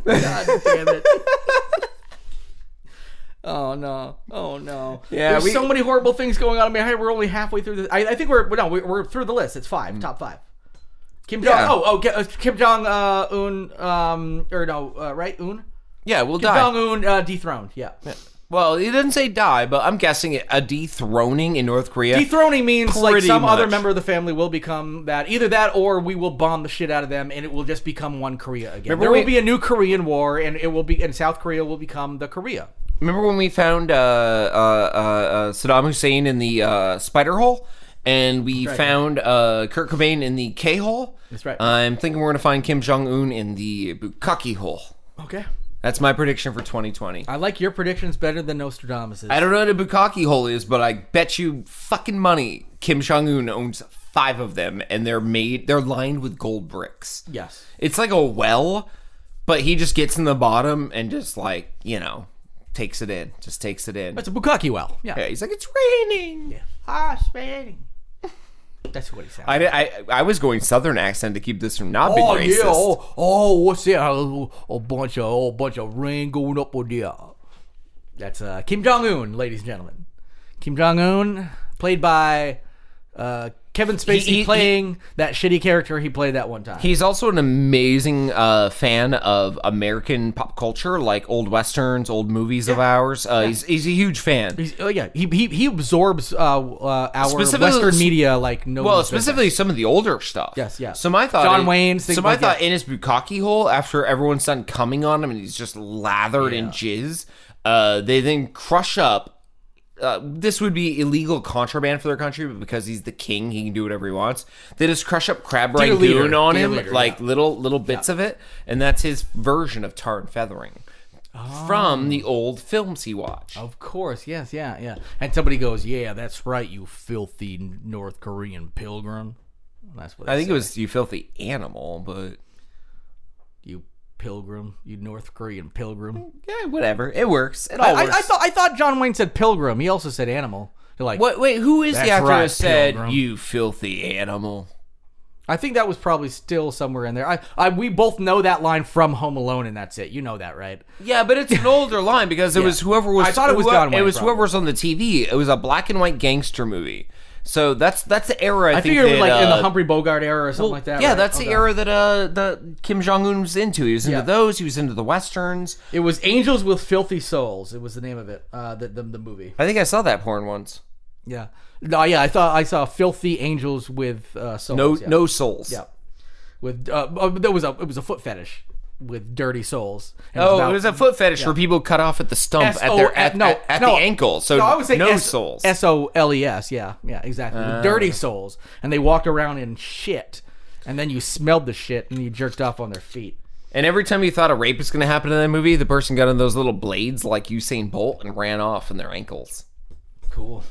[SPEAKER 3] God damn it. Oh no! Oh no!
[SPEAKER 2] Yeah,
[SPEAKER 3] there's
[SPEAKER 2] we-
[SPEAKER 3] so many horrible things going on. I mean, hey, we're only halfway through this. I, I think we're no, we're, we're through the list. It's five, top five. Kim Jong.
[SPEAKER 2] Mm. Yeah.
[SPEAKER 3] Oh, oh, Ki- uh, Kim Jong uh, Un. Um, or no, uh, right? Un.
[SPEAKER 2] yeah, we'll
[SPEAKER 3] Kim
[SPEAKER 2] die.
[SPEAKER 3] Jong Un uh, dethroned. Yeah.
[SPEAKER 2] Well, he didn't say die, but I'm guessing it- a dethroning in North Korea.
[SPEAKER 3] Dethroning means like
[SPEAKER 2] Pretty
[SPEAKER 3] some other
[SPEAKER 2] much.
[SPEAKER 3] member of the family will become that. Either that, or we will bomb the shit out of them, and it will just become one Korea again. there
[SPEAKER 2] we-
[SPEAKER 3] will be a new Korean war, and it will be, and South Korea will become the Korea.
[SPEAKER 2] Remember when we found uh, uh, uh, uh, Saddam Hussein in the uh, spider hole, and we found uh, Kurt Cobain in the K hole.
[SPEAKER 3] That's right.
[SPEAKER 2] I'm thinking we're gonna find Kim Jong Un in the bukkake hole.
[SPEAKER 3] Okay,
[SPEAKER 2] That's my prediction for 2020.
[SPEAKER 3] I like your predictions better than Nostradamus's.
[SPEAKER 2] I don't know what a bukkake hole is, but I bet you fucking money Kim Jong Un owns five of them, and they're made they're lined with gold bricks.
[SPEAKER 3] yes,
[SPEAKER 2] It's like a well, but he just gets in the bottom and just like you know takes it in, just takes it in.
[SPEAKER 3] That's a bukkake well. Yeah.
[SPEAKER 2] Yeah, he's like, it's raining.
[SPEAKER 4] Ah, spaghetti. That's what he sounds.
[SPEAKER 2] I, did- I I was going southern accent to keep this from not being racist.
[SPEAKER 3] oh, oh, what's that? A, a bunch of, oh, bunch of rain going up on there. That's uh, Kim Jong Un, ladies and gentlemen. Kim Jong Un, played by uh, Kevin Spacey,
[SPEAKER 2] He- he-
[SPEAKER 3] playing that shitty character he played that one time.
[SPEAKER 2] He's also an amazing uh, fan of American pop culture, like old westerns, old movies of ours. Uh, he's, he's a huge fan.
[SPEAKER 3] He's, oh yeah, he he, he absorbs uh, uh, our
[SPEAKER 2] Specifically-
[SPEAKER 3] Western media like no.
[SPEAKER 2] well,
[SPEAKER 3] one's business.
[SPEAKER 2] specifically some of the older stuff.
[SPEAKER 3] Yes, yeah.
[SPEAKER 2] So my thought,
[SPEAKER 3] John
[SPEAKER 2] is-
[SPEAKER 3] Wayne's, things
[SPEAKER 2] So my
[SPEAKER 3] like
[SPEAKER 2] thought
[SPEAKER 3] that.
[SPEAKER 2] in his bukkake hole after everyone's done coming on him and he's just lathered in jizz. Uh, they then crush up. Uh, this would be illegal contraband for their country, but because he's the king, he can do whatever he wants. They just crush up crab
[SPEAKER 3] Dear
[SPEAKER 2] rangoon
[SPEAKER 3] leader,
[SPEAKER 2] on
[SPEAKER 3] dear
[SPEAKER 2] him,
[SPEAKER 3] leader,
[SPEAKER 2] like little little bits of it, and that's his version of tar and feathering from
[SPEAKER 3] Oh.
[SPEAKER 2] the old films he watched.
[SPEAKER 3] Of course, yes, yeah, yeah. And somebody goes, "Yeah, that's right, you filthy North Korean pilgrim." That's what
[SPEAKER 2] I think
[SPEAKER 3] said.
[SPEAKER 2] it was you filthy animal, but
[SPEAKER 3] you pilgrim, you North Korean pilgrim. Oh,
[SPEAKER 2] yeah, whatever. It works. It all
[SPEAKER 3] I, I,
[SPEAKER 2] works.
[SPEAKER 3] I thought I thought John Wayne said pilgrim. He also said animal. You're like,
[SPEAKER 2] What? Wait, who is
[SPEAKER 3] That's
[SPEAKER 2] the actor
[SPEAKER 3] right,
[SPEAKER 2] that said
[SPEAKER 3] Pilgrim.
[SPEAKER 2] "you filthy animal"?
[SPEAKER 3] I think that was probably still somewhere in there. I, I we both know that line from Home Alone, and that's it. You know that, right?
[SPEAKER 2] Yeah, but it's an older line because it was whoever was.
[SPEAKER 3] I thought it was
[SPEAKER 2] whoe-
[SPEAKER 3] John Wayne,
[SPEAKER 2] It was
[SPEAKER 3] probably.
[SPEAKER 2] whoever was on the TV. It was a black and white gangster movie. So that's that's the era. I,
[SPEAKER 3] I
[SPEAKER 2] think
[SPEAKER 3] figured it was
[SPEAKER 2] that,
[SPEAKER 3] like in
[SPEAKER 2] uh,
[SPEAKER 3] the Humphrey Bogart era or something like that.
[SPEAKER 2] Yeah,
[SPEAKER 3] right?
[SPEAKER 2] that's
[SPEAKER 3] Hold
[SPEAKER 2] the
[SPEAKER 3] on.
[SPEAKER 2] era that uh, the Kim Jong Un was into. He was into
[SPEAKER 3] Yeah.
[SPEAKER 2] those. He was into the westerns.
[SPEAKER 3] It was Angels with Filthy Souls. It was the name of it. Uh, the, the the movie.
[SPEAKER 2] I think I saw that porn once.
[SPEAKER 3] Yeah. No, yeah, I thought I saw Filthy Angels with uh, souls.
[SPEAKER 2] No,
[SPEAKER 3] yeah.
[SPEAKER 2] no souls.
[SPEAKER 3] Yeah. With uh, uh, there was a it was a foot fetish with dirty souls. And
[SPEAKER 2] Oh,
[SPEAKER 3] about-
[SPEAKER 2] it was a foot fetish where people cut off at the stump at
[SPEAKER 3] S-O-
[SPEAKER 2] their at,
[SPEAKER 3] no,
[SPEAKER 2] at, at
[SPEAKER 3] no.
[SPEAKER 2] the ankle. So
[SPEAKER 3] No, I would say
[SPEAKER 2] no
[SPEAKER 3] S-
[SPEAKER 2] souls.
[SPEAKER 3] S O L E S. Yeah, yeah, exactly. With
[SPEAKER 2] Ah.
[SPEAKER 3] dirty souls, and they walked around in shit, and then you smelled the shit, and you jerked off on their feet.
[SPEAKER 2] And every time you thought a rape was going to happen in that movie, the person got on those little blades like Usain Bolt and ran off in their ankles.
[SPEAKER 3] Cool.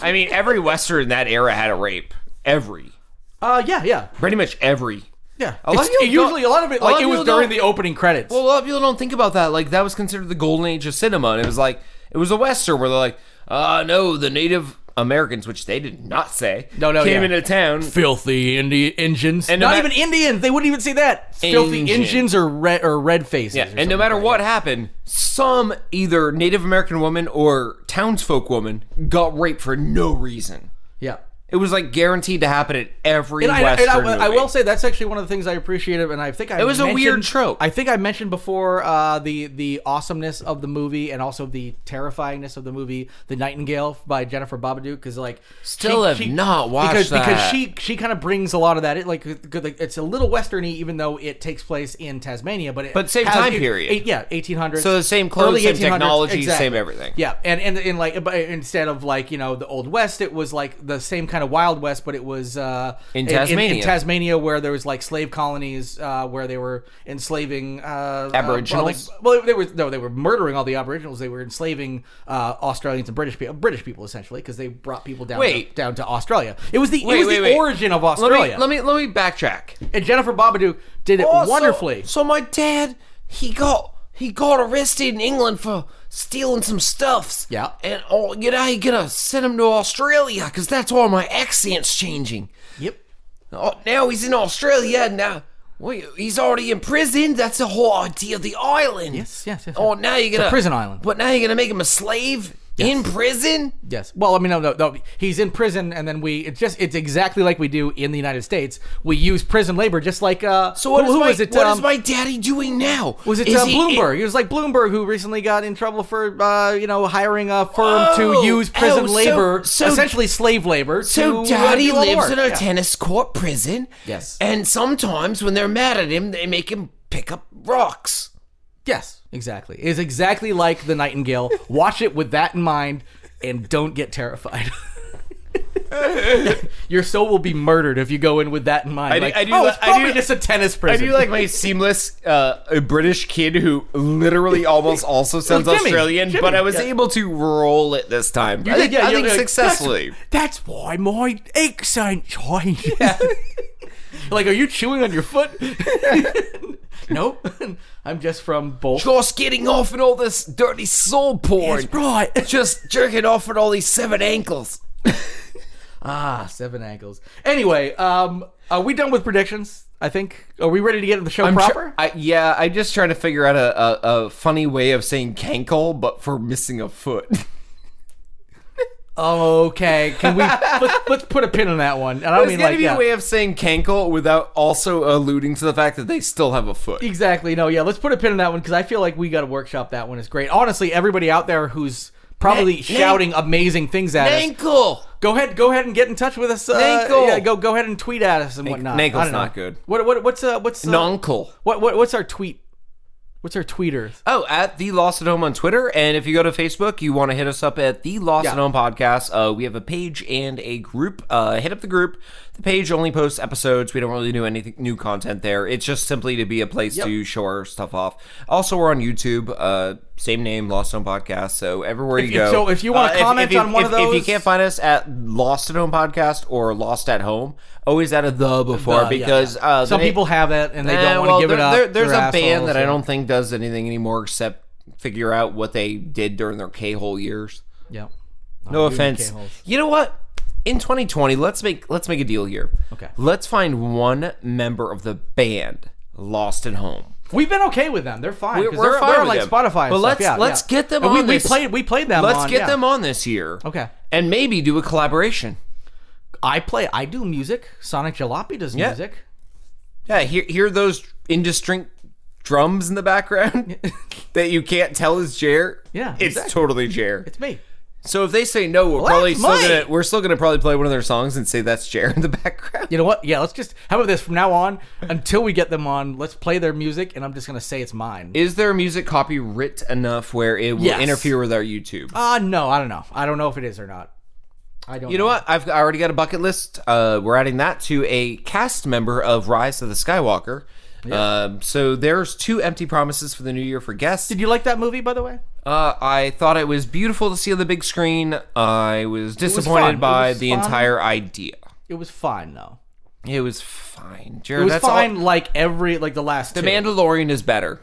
[SPEAKER 2] I mean, every Western in that era had a rape. Every.
[SPEAKER 3] Uh, yeah, yeah,
[SPEAKER 2] Pretty much every.
[SPEAKER 3] yeah.
[SPEAKER 2] A lot
[SPEAKER 3] It's-
[SPEAKER 2] of people
[SPEAKER 3] it usually
[SPEAKER 2] don't-
[SPEAKER 3] a lot of it
[SPEAKER 2] a lot
[SPEAKER 3] like it
[SPEAKER 2] of
[SPEAKER 3] was
[SPEAKER 2] people don't-
[SPEAKER 3] during the opening credits.
[SPEAKER 2] Well, a lot of people don't think about that. Like, that was considered the golden age of cinema. And it was like, it was a Western where they're like, uh, no, the Native Americans, which they did not say,
[SPEAKER 3] No, no,
[SPEAKER 2] came
[SPEAKER 3] yeah.
[SPEAKER 2] into town.
[SPEAKER 3] filthy Indian engines.
[SPEAKER 2] And
[SPEAKER 3] And
[SPEAKER 2] no
[SPEAKER 3] not
[SPEAKER 2] ma-
[SPEAKER 3] even Indians. They wouldn't even say that. Filthy
[SPEAKER 2] Engine.
[SPEAKER 3] engines or red or red faces.
[SPEAKER 2] Yeah, and no matter what happened, some either Native American woman or townsfolk woman got raped for no reason.
[SPEAKER 3] Yeah.
[SPEAKER 2] It was like guaranteed to happen at every
[SPEAKER 3] And, I, and
[SPEAKER 2] Western
[SPEAKER 3] I, will- I
[SPEAKER 2] movie.
[SPEAKER 3] will say that's actually one of the things I appreciated, and I think I it
[SPEAKER 2] was a weird trope.
[SPEAKER 3] I think I mentioned before uh, the the awesomeness of the movie and also the terrifyingness of the movie, The Nightingale by Jennifer Babadook, because like
[SPEAKER 2] Still have not watched
[SPEAKER 3] because
[SPEAKER 2] that.
[SPEAKER 3] because she she kind of brings a lot of that. It like it's a little westerny, even though it takes place in Tasmania, but it
[SPEAKER 2] But same
[SPEAKER 3] has-
[SPEAKER 2] time
[SPEAKER 3] it-
[SPEAKER 2] period.
[SPEAKER 3] it- yeah, eighteen hundred.
[SPEAKER 2] So the same clothes,
[SPEAKER 3] Early
[SPEAKER 2] same
[SPEAKER 3] 1800s,
[SPEAKER 2] technology, same everything.
[SPEAKER 3] Yeah, and and in like but instead of like you know the old west, it was like the same kind of wild west, but it was uh,
[SPEAKER 2] In
[SPEAKER 3] in,
[SPEAKER 2] Tasmania.
[SPEAKER 3] Tasmania, where there was like slave colonies uh, where they were enslaving uh,
[SPEAKER 2] Aboriginals?
[SPEAKER 3] Uh, well, like, well, they were no, they were murdering all the Aboriginals. They were enslaving uh, Australians and British people, British people essentially, because they brought people down
[SPEAKER 2] Wait.
[SPEAKER 3] to, down to Australia. It was the
[SPEAKER 2] Wait,
[SPEAKER 3] it was
[SPEAKER 2] wait,
[SPEAKER 3] the
[SPEAKER 2] wait.
[SPEAKER 3] origin of
[SPEAKER 2] Let me,
[SPEAKER 3] Australia.
[SPEAKER 2] let me let me backtrack.
[SPEAKER 3] and Jennifer Babadook did it
[SPEAKER 2] Oh, so-
[SPEAKER 3] wonderfully.
[SPEAKER 2] So, my dad, he got he got arrested in England for stealing some stuffs.
[SPEAKER 3] Yeah.
[SPEAKER 2] And oh, you know, you gonna send him to Australia because that's why my accent's changing.
[SPEAKER 3] yep.
[SPEAKER 2] Oh, now he's in Australia. Now, wait, he's already in prison. That's the whole idea of the island.
[SPEAKER 3] Yes, yes, yes,
[SPEAKER 2] Oh,
[SPEAKER 3] yes.
[SPEAKER 2] now you're gonna
[SPEAKER 3] prison island.
[SPEAKER 2] But now you're gonna make him a slave in prison.
[SPEAKER 3] Yes. Well, I mean, no, no, no. He's in prison, and then we. It's just. It's exactly like we do in the United States. We use prison labor, just like. Uh,
[SPEAKER 2] So what is
[SPEAKER 3] who, who
[SPEAKER 2] my
[SPEAKER 3] was it?
[SPEAKER 2] what
[SPEAKER 3] um,
[SPEAKER 2] is my daddy doing now?
[SPEAKER 3] Was it
[SPEAKER 2] Is
[SPEAKER 3] uh,
[SPEAKER 2] he-
[SPEAKER 3] Bloomberg? It, was like Bloomberg who recently got in trouble for uh, you know hiring a firm
[SPEAKER 2] Oh,
[SPEAKER 3] to use
[SPEAKER 2] oh,
[SPEAKER 3] prison
[SPEAKER 2] so-
[SPEAKER 3] labor,
[SPEAKER 2] so-
[SPEAKER 3] essentially slave labor.
[SPEAKER 2] So
[SPEAKER 3] to,
[SPEAKER 2] daddy
[SPEAKER 3] uh, do all the
[SPEAKER 2] lives in
[SPEAKER 3] work.
[SPEAKER 2] a
[SPEAKER 3] Yeah.
[SPEAKER 2] tennis court prison.
[SPEAKER 3] Yes.
[SPEAKER 2] And sometimes when they're mad at him, they make him pick up rocks.
[SPEAKER 3] Yes, exactly. It's exactly like the Nightingale. Watch it with that in mind, and don't get terrified. Your soul will be murdered if you go in with that in mind.
[SPEAKER 2] I do-
[SPEAKER 3] like,
[SPEAKER 2] I do
[SPEAKER 3] oh,
[SPEAKER 2] li-
[SPEAKER 3] it's
[SPEAKER 2] I do-
[SPEAKER 3] probably just a tennis prison.
[SPEAKER 2] my seamless uh, British kid who literally almost also sounds
[SPEAKER 3] Jimmy, Jimmy, yeah.
[SPEAKER 2] able to roll it this time. I think,
[SPEAKER 3] yeah,
[SPEAKER 2] I
[SPEAKER 3] you're
[SPEAKER 2] think
[SPEAKER 3] like,
[SPEAKER 2] successfully.
[SPEAKER 3] That's why my accent changed. like, are you chewing on your foot? nope. I'm just from Bolt.
[SPEAKER 2] Just getting off in all this dirty soul porn.
[SPEAKER 3] right.
[SPEAKER 2] Just jerking off at all these seven ankles.
[SPEAKER 3] Ah, seven ankles. Anyway, um, are we done with predictions? I think. Are we ready to get into the show
[SPEAKER 2] I'm tr-
[SPEAKER 3] proper?
[SPEAKER 2] I, yeah, I'm just trying to figure out a, a, a funny way of saying cankle, but for missing a foot.
[SPEAKER 3] okay. Can we let's, let's put a pin on that one? And I don't
[SPEAKER 2] There's
[SPEAKER 3] mean
[SPEAKER 2] gotta
[SPEAKER 3] like
[SPEAKER 2] be
[SPEAKER 3] that.
[SPEAKER 2] a way of saying cankle without also alluding to the fact that they still have a foot.
[SPEAKER 3] Exactly. No, yeah, let's put a pin in that one because I feel like we got to workshop that one. It's great. Honestly, everybody out there who's probably
[SPEAKER 2] Nan-
[SPEAKER 3] shouting amazing things at us,
[SPEAKER 2] Ankle.
[SPEAKER 3] go ahead, go ahead and get in touch with us. Uh,
[SPEAKER 2] Nankle.
[SPEAKER 3] Yeah, go go ahead and tweet at us and whatnot.
[SPEAKER 2] Nankle's
[SPEAKER 3] I don't know.
[SPEAKER 2] not good.
[SPEAKER 3] What what what's uh what's uh,
[SPEAKER 2] Nonkle.
[SPEAKER 3] what, what what's our tweet? What's our tweeter?
[SPEAKER 2] Oh, at the Lost at Home on Twitter, and if you go to Facebook, you want to hit us up at the Lost
[SPEAKER 3] Yeah.
[SPEAKER 2] at Home podcast. Uh, we have a page and a group. Uh, hit up the group. The page only posts episodes. We don't really do anything new content there. It's just simply to be a place to show our stuff off. Also, we're on YouTube. Uh, same name, Lost at Home podcast. So everywhere you
[SPEAKER 3] If-
[SPEAKER 2] go.
[SPEAKER 3] if- so if you wanna comment
[SPEAKER 2] you-
[SPEAKER 3] on one of
[SPEAKER 2] if you
[SPEAKER 3] those-
[SPEAKER 2] can't find us at Lost at Home podcast or Lost at Home, always add a the before
[SPEAKER 3] yeah,
[SPEAKER 2] because
[SPEAKER 3] yeah.
[SPEAKER 2] Uh,
[SPEAKER 3] some
[SPEAKER 2] they-
[SPEAKER 3] people have it and they
[SPEAKER 2] Eh,
[SPEAKER 3] don't want to
[SPEAKER 2] well,
[SPEAKER 3] give it
[SPEAKER 2] there-
[SPEAKER 3] up.
[SPEAKER 2] there- there's
[SPEAKER 3] They're
[SPEAKER 2] a band
[SPEAKER 3] assholes,
[SPEAKER 2] that I
[SPEAKER 3] yeah.
[SPEAKER 2] don't think does anything anymore except figure out what they did during their K hole years.
[SPEAKER 3] Yeah.
[SPEAKER 2] No
[SPEAKER 3] Oh, you and
[SPEAKER 2] offense.
[SPEAKER 3] K-holes.
[SPEAKER 2] You know what? In 2020, let's make let's make a deal here.
[SPEAKER 3] Okay.
[SPEAKER 2] Let's find one member of the band lost at home.
[SPEAKER 3] We've been okay with them. They're fine.
[SPEAKER 2] We're-
[SPEAKER 3] 'cause
[SPEAKER 2] we're
[SPEAKER 3] they're,
[SPEAKER 2] fine
[SPEAKER 3] they're on,
[SPEAKER 2] with
[SPEAKER 3] like
[SPEAKER 2] them.
[SPEAKER 3] Spotify. and
[SPEAKER 2] But
[SPEAKER 3] stuff,
[SPEAKER 2] let's-
[SPEAKER 3] yeah,
[SPEAKER 2] let's
[SPEAKER 3] yeah.
[SPEAKER 2] get them
[SPEAKER 3] And we,
[SPEAKER 2] on
[SPEAKER 3] We
[SPEAKER 2] this-
[SPEAKER 3] played. We played them.
[SPEAKER 2] Let's
[SPEAKER 3] on,
[SPEAKER 2] get
[SPEAKER 3] yeah.
[SPEAKER 2] them on this year.
[SPEAKER 3] Okay.
[SPEAKER 2] And maybe do a collaboration.
[SPEAKER 3] I play. I do music. Sonic Jalopy does
[SPEAKER 2] Yeah.
[SPEAKER 3] music.
[SPEAKER 2] Yeah, hear hear those indistinct drums in the background that you can't tell is Jer.
[SPEAKER 3] Yeah,
[SPEAKER 2] It's
[SPEAKER 3] exactly.
[SPEAKER 2] totally Jer.
[SPEAKER 3] It's me.
[SPEAKER 2] So if they say no, we're
[SPEAKER 3] Well,
[SPEAKER 2] probably
[SPEAKER 3] that's
[SPEAKER 2] still
[SPEAKER 3] mine.
[SPEAKER 2] gonna we're still gonna probably play one of their songs and say that's Jer in the background.
[SPEAKER 3] You know what? Yeah. Let's just. How about this? From now on, until we get them on, let's play their music, and I'm just gonna say it's mine.
[SPEAKER 2] Is their music copyright enough where it will
[SPEAKER 3] Yes.
[SPEAKER 2] interfere with our YouTube?
[SPEAKER 3] uh no. I don't know. I don't know if it is or not. I don't.
[SPEAKER 2] you know what? I've I already got a bucket list. Uh, we're adding that to a cast member of Rise of the Skywalker. Um, so there's two empty promises for the new year for guests.
[SPEAKER 3] Did you like that movie, by the way?
[SPEAKER 2] Uh, I thought it was beautiful to see on the big screen. I was
[SPEAKER 3] fun.
[SPEAKER 2] disappointed
[SPEAKER 3] It
[SPEAKER 2] by
[SPEAKER 3] was
[SPEAKER 2] the
[SPEAKER 3] fun.
[SPEAKER 2] entire idea.
[SPEAKER 3] It was fine though.
[SPEAKER 2] It was fine. Jared,
[SPEAKER 3] It was
[SPEAKER 2] that's
[SPEAKER 3] fine.
[SPEAKER 2] All,
[SPEAKER 3] Like every like the last.
[SPEAKER 2] the
[SPEAKER 3] two.
[SPEAKER 2] Mandalorian is better.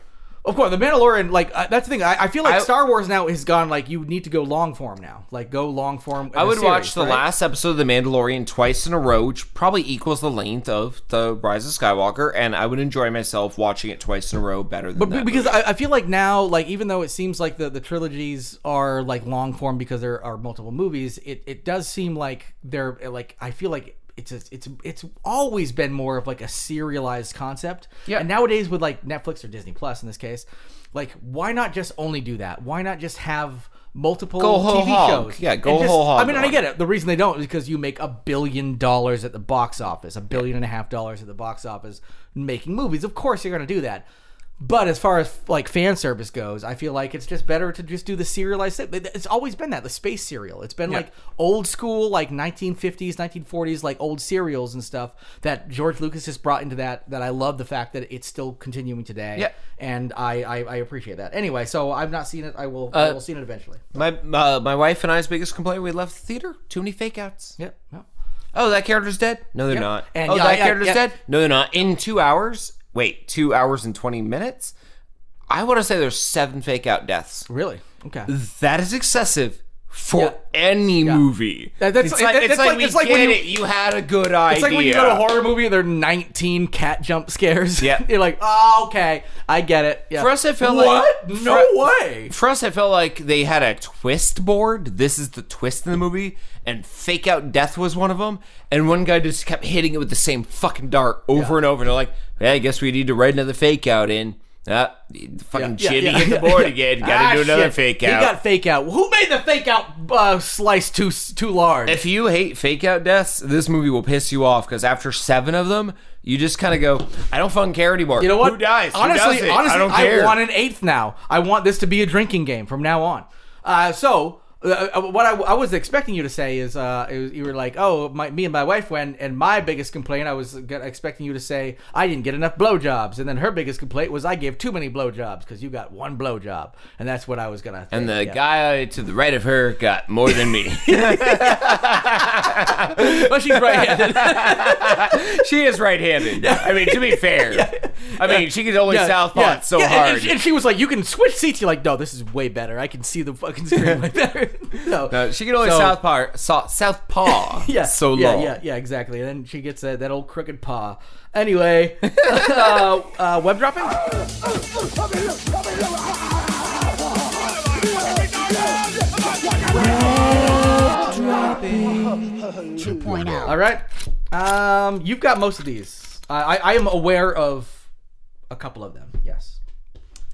[SPEAKER 3] Of course, the Mandalorian. Like uh, that's the thing. I, I feel like
[SPEAKER 2] I-
[SPEAKER 3] Star Wars now has gone like you need to go long form now. Like go long form. in
[SPEAKER 2] I
[SPEAKER 3] a
[SPEAKER 2] would
[SPEAKER 3] series,
[SPEAKER 2] watch the
[SPEAKER 3] right?
[SPEAKER 2] last episode of The Mandalorian twice in a row, which probably equals the length of The Rise of Skywalker, and I would enjoy myself watching it twice in a row better than
[SPEAKER 3] But
[SPEAKER 2] that.
[SPEAKER 3] because I, I feel like now, like even though it seems like the, the trilogies are like long form because there are multiple movies, it, it does seem like they're eh, like I feel like it's a, it's it's always been more of like a serialized concept.
[SPEAKER 2] Yeah.
[SPEAKER 3] And nowadays with like Netflix or Disney Plus in this case, like why not just only do that? Why not just have multiple
[SPEAKER 2] Go whole
[SPEAKER 3] TV
[SPEAKER 2] hog.
[SPEAKER 3] shows?
[SPEAKER 2] Yeah, go
[SPEAKER 3] And just-
[SPEAKER 2] whole hog
[SPEAKER 3] I mean, and I
[SPEAKER 2] on
[SPEAKER 3] get it. The reason they don't is because you make a billion dollars at the box office, a billion and a half dollars at the box office making movies. Of course, you're going to do that. But as far as like fan service goes, I feel like it's just better to just do the serialized thing. It's always been that the space serial. It's been like old school, like 1950s, 1940s, like old serials and stuff that George Lucas has brought into that. That I love the fact that it's still continuing today.
[SPEAKER 2] Yeah.
[SPEAKER 3] and I I, I appreciate that. Anyway, so I've not seen it. I will I will see it eventually.
[SPEAKER 2] my uh, my wife and I's biggest complaint: we left the theater. Too many fake outs.
[SPEAKER 3] Yep. yep.
[SPEAKER 2] Oh, that character's dead. No, they're not.
[SPEAKER 3] And
[SPEAKER 2] oh,
[SPEAKER 3] yeah,
[SPEAKER 2] that
[SPEAKER 3] yeah,
[SPEAKER 2] character's
[SPEAKER 3] yeah.
[SPEAKER 2] dead. No, they're not. In two hours. Wait, two hours and twenty minutes. I want to say there's seven fake out deaths.
[SPEAKER 3] Really? Okay.
[SPEAKER 2] That is excessive for
[SPEAKER 3] Yeah.
[SPEAKER 2] any movie.
[SPEAKER 3] That- that's-
[SPEAKER 2] it's like,
[SPEAKER 3] that-
[SPEAKER 2] it's
[SPEAKER 3] that's
[SPEAKER 2] like,
[SPEAKER 3] like-
[SPEAKER 2] we
[SPEAKER 3] it's like
[SPEAKER 2] get
[SPEAKER 3] when you-
[SPEAKER 2] it. You had a good idea.
[SPEAKER 3] It's like when you go to a horror movie and there are 19 cat jump scares.
[SPEAKER 2] Yeah.
[SPEAKER 3] You're like, oh, okay, I get it. Yeah.
[SPEAKER 2] For us, I felt
[SPEAKER 3] What?
[SPEAKER 2] like
[SPEAKER 3] No
[SPEAKER 2] for-
[SPEAKER 3] way.
[SPEAKER 2] For us, I felt like they had a twist board. This is the twist in the movie, and fake out death was one of them. And one guy just kept hitting it with the same fucking dart over and over. And they're like, "Yeah, I guess we need to write another fake out in." Uh, fucking
[SPEAKER 3] Yeah,
[SPEAKER 2] shitty
[SPEAKER 3] yeah.
[SPEAKER 2] hit the board again. Gotta
[SPEAKER 3] Ah,
[SPEAKER 2] do another
[SPEAKER 3] shit.
[SPEAKER 2] fake
[SPEAKER 3] He
[SPEAKER 2] out.
[SPEAKER 3] got fake out. Who made the fake out uh, slice too too large?
[SPEAKER 2] if you hate fake out deaths, this movie will piss you off because after seven of them, you just kind of go, "I don't fucking care anymore."
[SPEAKER 3] you know what?
[SPEAKER 2] Who dies? Who
[SPEAKER 3] Honestly,
[SPEAKER 2] does it?
[SPEAKER 3] honestly,
[SPEAKER 2] I don't care.
[SPEAKER 3] want an eighth now. I want this to be a drinking game from now on. Uh, so Uh, uh, what I, I was expecting you to say is, uh, it was, you were like, "Oh, my, me and my wife went," and my biggest complaint, I was g- expecting you to say, "I didn't get enough blowjobs," and then her biggest complaint was, "I gave too many blowjobs because you got one blowjob," and that's what I was gonna.
[SPEAKER 2] And the
[SPEAKER 3] think, yeah.
[SPEAKER 2] guy to the right of her got more than me.
[SPEAKER 3] but she's right-handed.
[SPEAKER 2] she is right-handed. I mean, to be fair, I mean she could only
[SPEAKER 3] Yeah,
[SPEAKER 2] southpaw
[SPEAKER 3] yeah,
[SPEAKER 2] it so
[SPEAKER 3] yeah, and-
[SPEAKER 2] hard.
[SPEAKER 3] And, she- and she was like, "You can switch seats." You're like, "No, this is way better. I can see the fucking screen way better." no,
[SPEAKER 2] Uh, she could only
[SPEAKER 3] So-
[SPEAKER 2] southpaw, so, southpaw
[SPEAKER 3] yeah,
[SPEAKER 2] so long.
[SPEAKER 3] yeah, Yeah, yeah, exactly. And then she gets that, that old crooked paw. Anyway, uh, uh, web dropping. All right, um, you've got most of these. I, I, I am aware of a couple of them. Yes.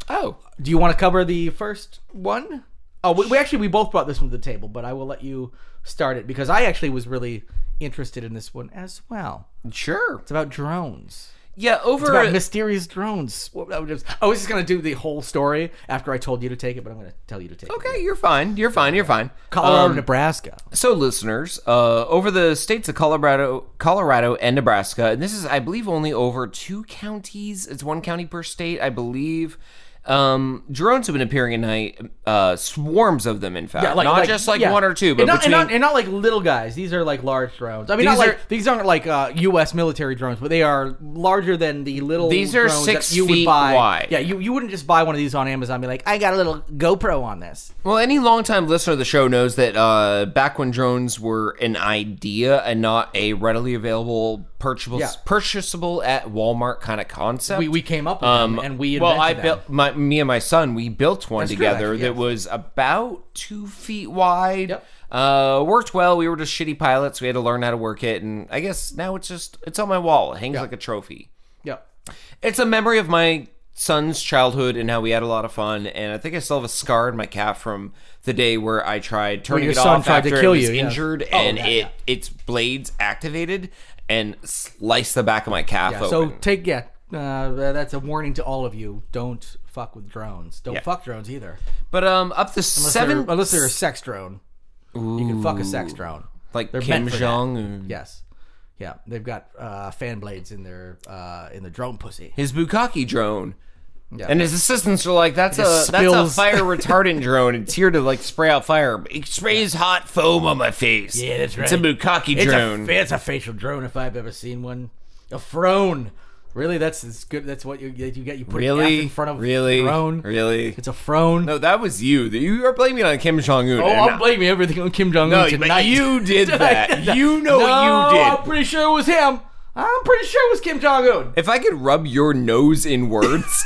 [SPEAKER 2] Oh,
[SPEAKER 3] Do you want to cover the first one? Oh, we, we actually we both brought this one to the table, but I will let you start it because I actually was really interested in this one as well.
[SPEAKER 2] sure.
[SPEAKER 3] It's about drones.
[SPEAKER 2] Yeah, over
[SPEAKER 3] about mysterious drones. Well, I was just- I was just gonna do the whole story after I told you to take it, but I'm gonna tell you to take it.
[SPEAKER 2] Okay, Um, you're fine. You're fine. You're fine.
[SPEAKER 3] Colorado, Nebraska.
[SPEAKER 2] So, listeners, uh, over the states of Colorado, Colorado and Nebraska, and this is, I believe, only over two counties. It's one county per state, I believe. Um, drones have been appearing at night, uh, swarms of them, in fact, not just like
[SPEAKER 3] yeah.
[SPEAKER 2] one or two, but
[SPEAKER 3] and not,
[SPEAKER 2] between.
[SPEAKER 3] and, not, and not like little guys. These are like large drones. I mean,
[SPEAKER 2] These
[SPEAKER 3] not
[SPEAKER 2] are-
[SPEAKER 3] like these aren't like uh, U.S. military drones, but they are larger than the little.
[SPEAKER 2] These are
[SPEAKER 3] drones
[SPEAKER 2] six
[SPEAKER 3] that you
[SPEAKER 2] feet
[SPEAKER 3] would buy.
[SPEAKER 2] wide.
[SPEAKER 3] Yeah, you, you wouldn't just buy one of these on Amazon. and Be like, I got a little GoPro on this.
[SPEAKER 2] well, any longtime listener of the show knows that uh, back when drones were an idea and not a readily available, purchasable,
[SPEAKER 3] Yeah.
[SPEAKER 2] purchasable at Walmart kind of concept,
[SPEAKER 3] We, we came up with
[SPEAKER 2] Um,
[SPEAKER 3] them and we
[SPEAKER 2] well, I
[SPEAKER 3] invented them.
[SPEAKER 2] built my me and my son. We built one
[SPEAKER 3] That's true,
[SPEAKER 2] together
[SPEAKER 3] actually,
[SPEAKER 2] that
[SPEAKER 3] yes.
[SPEAKER 2] was about two feet wide.
[SPEAKER 3] Yep.
[SPEAKER 2] Uh, worked well. We were just shitty pilots. We had to learn how to work it, and I guess now it's just it's on my wall. It hangs like a trophy.
[SPEAKER 3] Yeah.
[SPEAKER 2] It's a memory of my son's childhood and how we had a lot of fun. And I think I still have a scar in my calf from the day where I tried turning
[SPEAKER 3] your
[SPEAKER 2] it
[SPEAKER 3] son
[SPEAKER 2] off
[SPEAKER 3] tried to
[SPEAKER 2] after
[SPEAKER 3] kill
[SPEAKER 2] it was
[SPEAKER 3] you, yeah.
[SPEAKER 2] injured,
[SPEAKER 3] Oh,
[SPEAKER 2] and
[SPEAKER 3] yeah,
[SPEAKER 2] it
[SPEAKER 3] yeah.
[SPEAKER 2] its blades activated and sliced the back of my calf open.
[SPEAKER 3] So take yeah. Uh, that's a warning to all of you. Don't fuck with drones. Don't fuck drones either.
[SPEAKER 2] but um, up to
[SPEAKER 3] Unless
[SPEAKER 2] seven.
[SPEAKER 3] they're, unless they're a sex drone. You can fuck a sex drone.
[SPEAKER 2] like
[SPEAKER 3] They're
[SPEAKER 2] Kim
[SPEAKER 3] meant for that.
[SPEAKER 2] Jong Un.
[SPEAKER 3] Yes. Yeah, they've got uh, fan blades in their uh, in the drone pussy.
[SPEAKER 2] His Bukaki drone.
[SPEAKER 3] Yeah.
[SPEAKER 2] And his assistants are like, that's a
[SPEAKER 3] just
[SPEAKER 2] that's a
[SPEAKER 3] spills.
[SPEAKER 2] fire retardant drone. It's here to like spray out fire. It sprays hot foam on my face.
[SPEAKER 3] Yeah, that's
[SPEAKER 2] It's a
[SPEAKER 3] right.
[SPEAKER 2] Bukaki
[SPEAKER 3] It's
[SPEAKER 2] drone.
[SPEAKER 3] a fa- it's a facial drone if I've ever seen one. A throne. Really, that's as good. That's what you that you get. You put an F
[SPEAKER 2] really?
[SPEAKER 3] in front of
[SPEAKER 2] really?
[SPEAKER 3] throne.
[SPEAKER 2] Really?
[SPEAKER 3] It's a throne.
[SPEAKER 2] No, that was you. You are blaming it on Kim Jong Un.
[SPEAKER 3] oh, I'm blaming everything on Kim Jong Un
[SPEAKER 2] No,
[SPEAKER 3] tonight.
[SPEAKER 2] but you did that. You know
[SPEAKER 3] no,
[SPEAKER 2] what you did.
[SPEAKER 3] I'm pretty sure it was him. I'm pretty sure it was Kim Jong Un.
[SPEAKER 2] If I could rub your nose in words,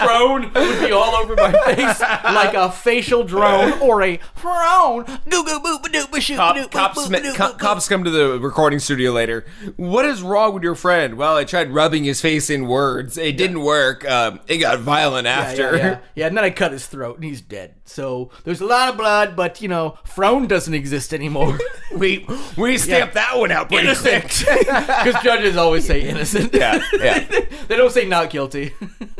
[SPEAKER 3] Throne would be all over my face like a facial drone or a throne.
[SPEAKER 2] Cop, cops, me- co- cops come to the recording studio later. What is wrong with your friend? Well, I tried rubbing his face in words. It didn't work. Um, it got violent after.
[SPEAKER 3] Yeah, yeah. Yeah, and then I cut his throat and he's dead. So there's a lot of blood, but you know, Frone doesn't exist anymore.
[SPEAKER 2] We we stamped that one out pretty
[SPEAKER 3] innocent. Because judges always say innocent.
[SPEAKER 2] Yeah, yeah.
[SPEAKER 3] they don't say not guilty.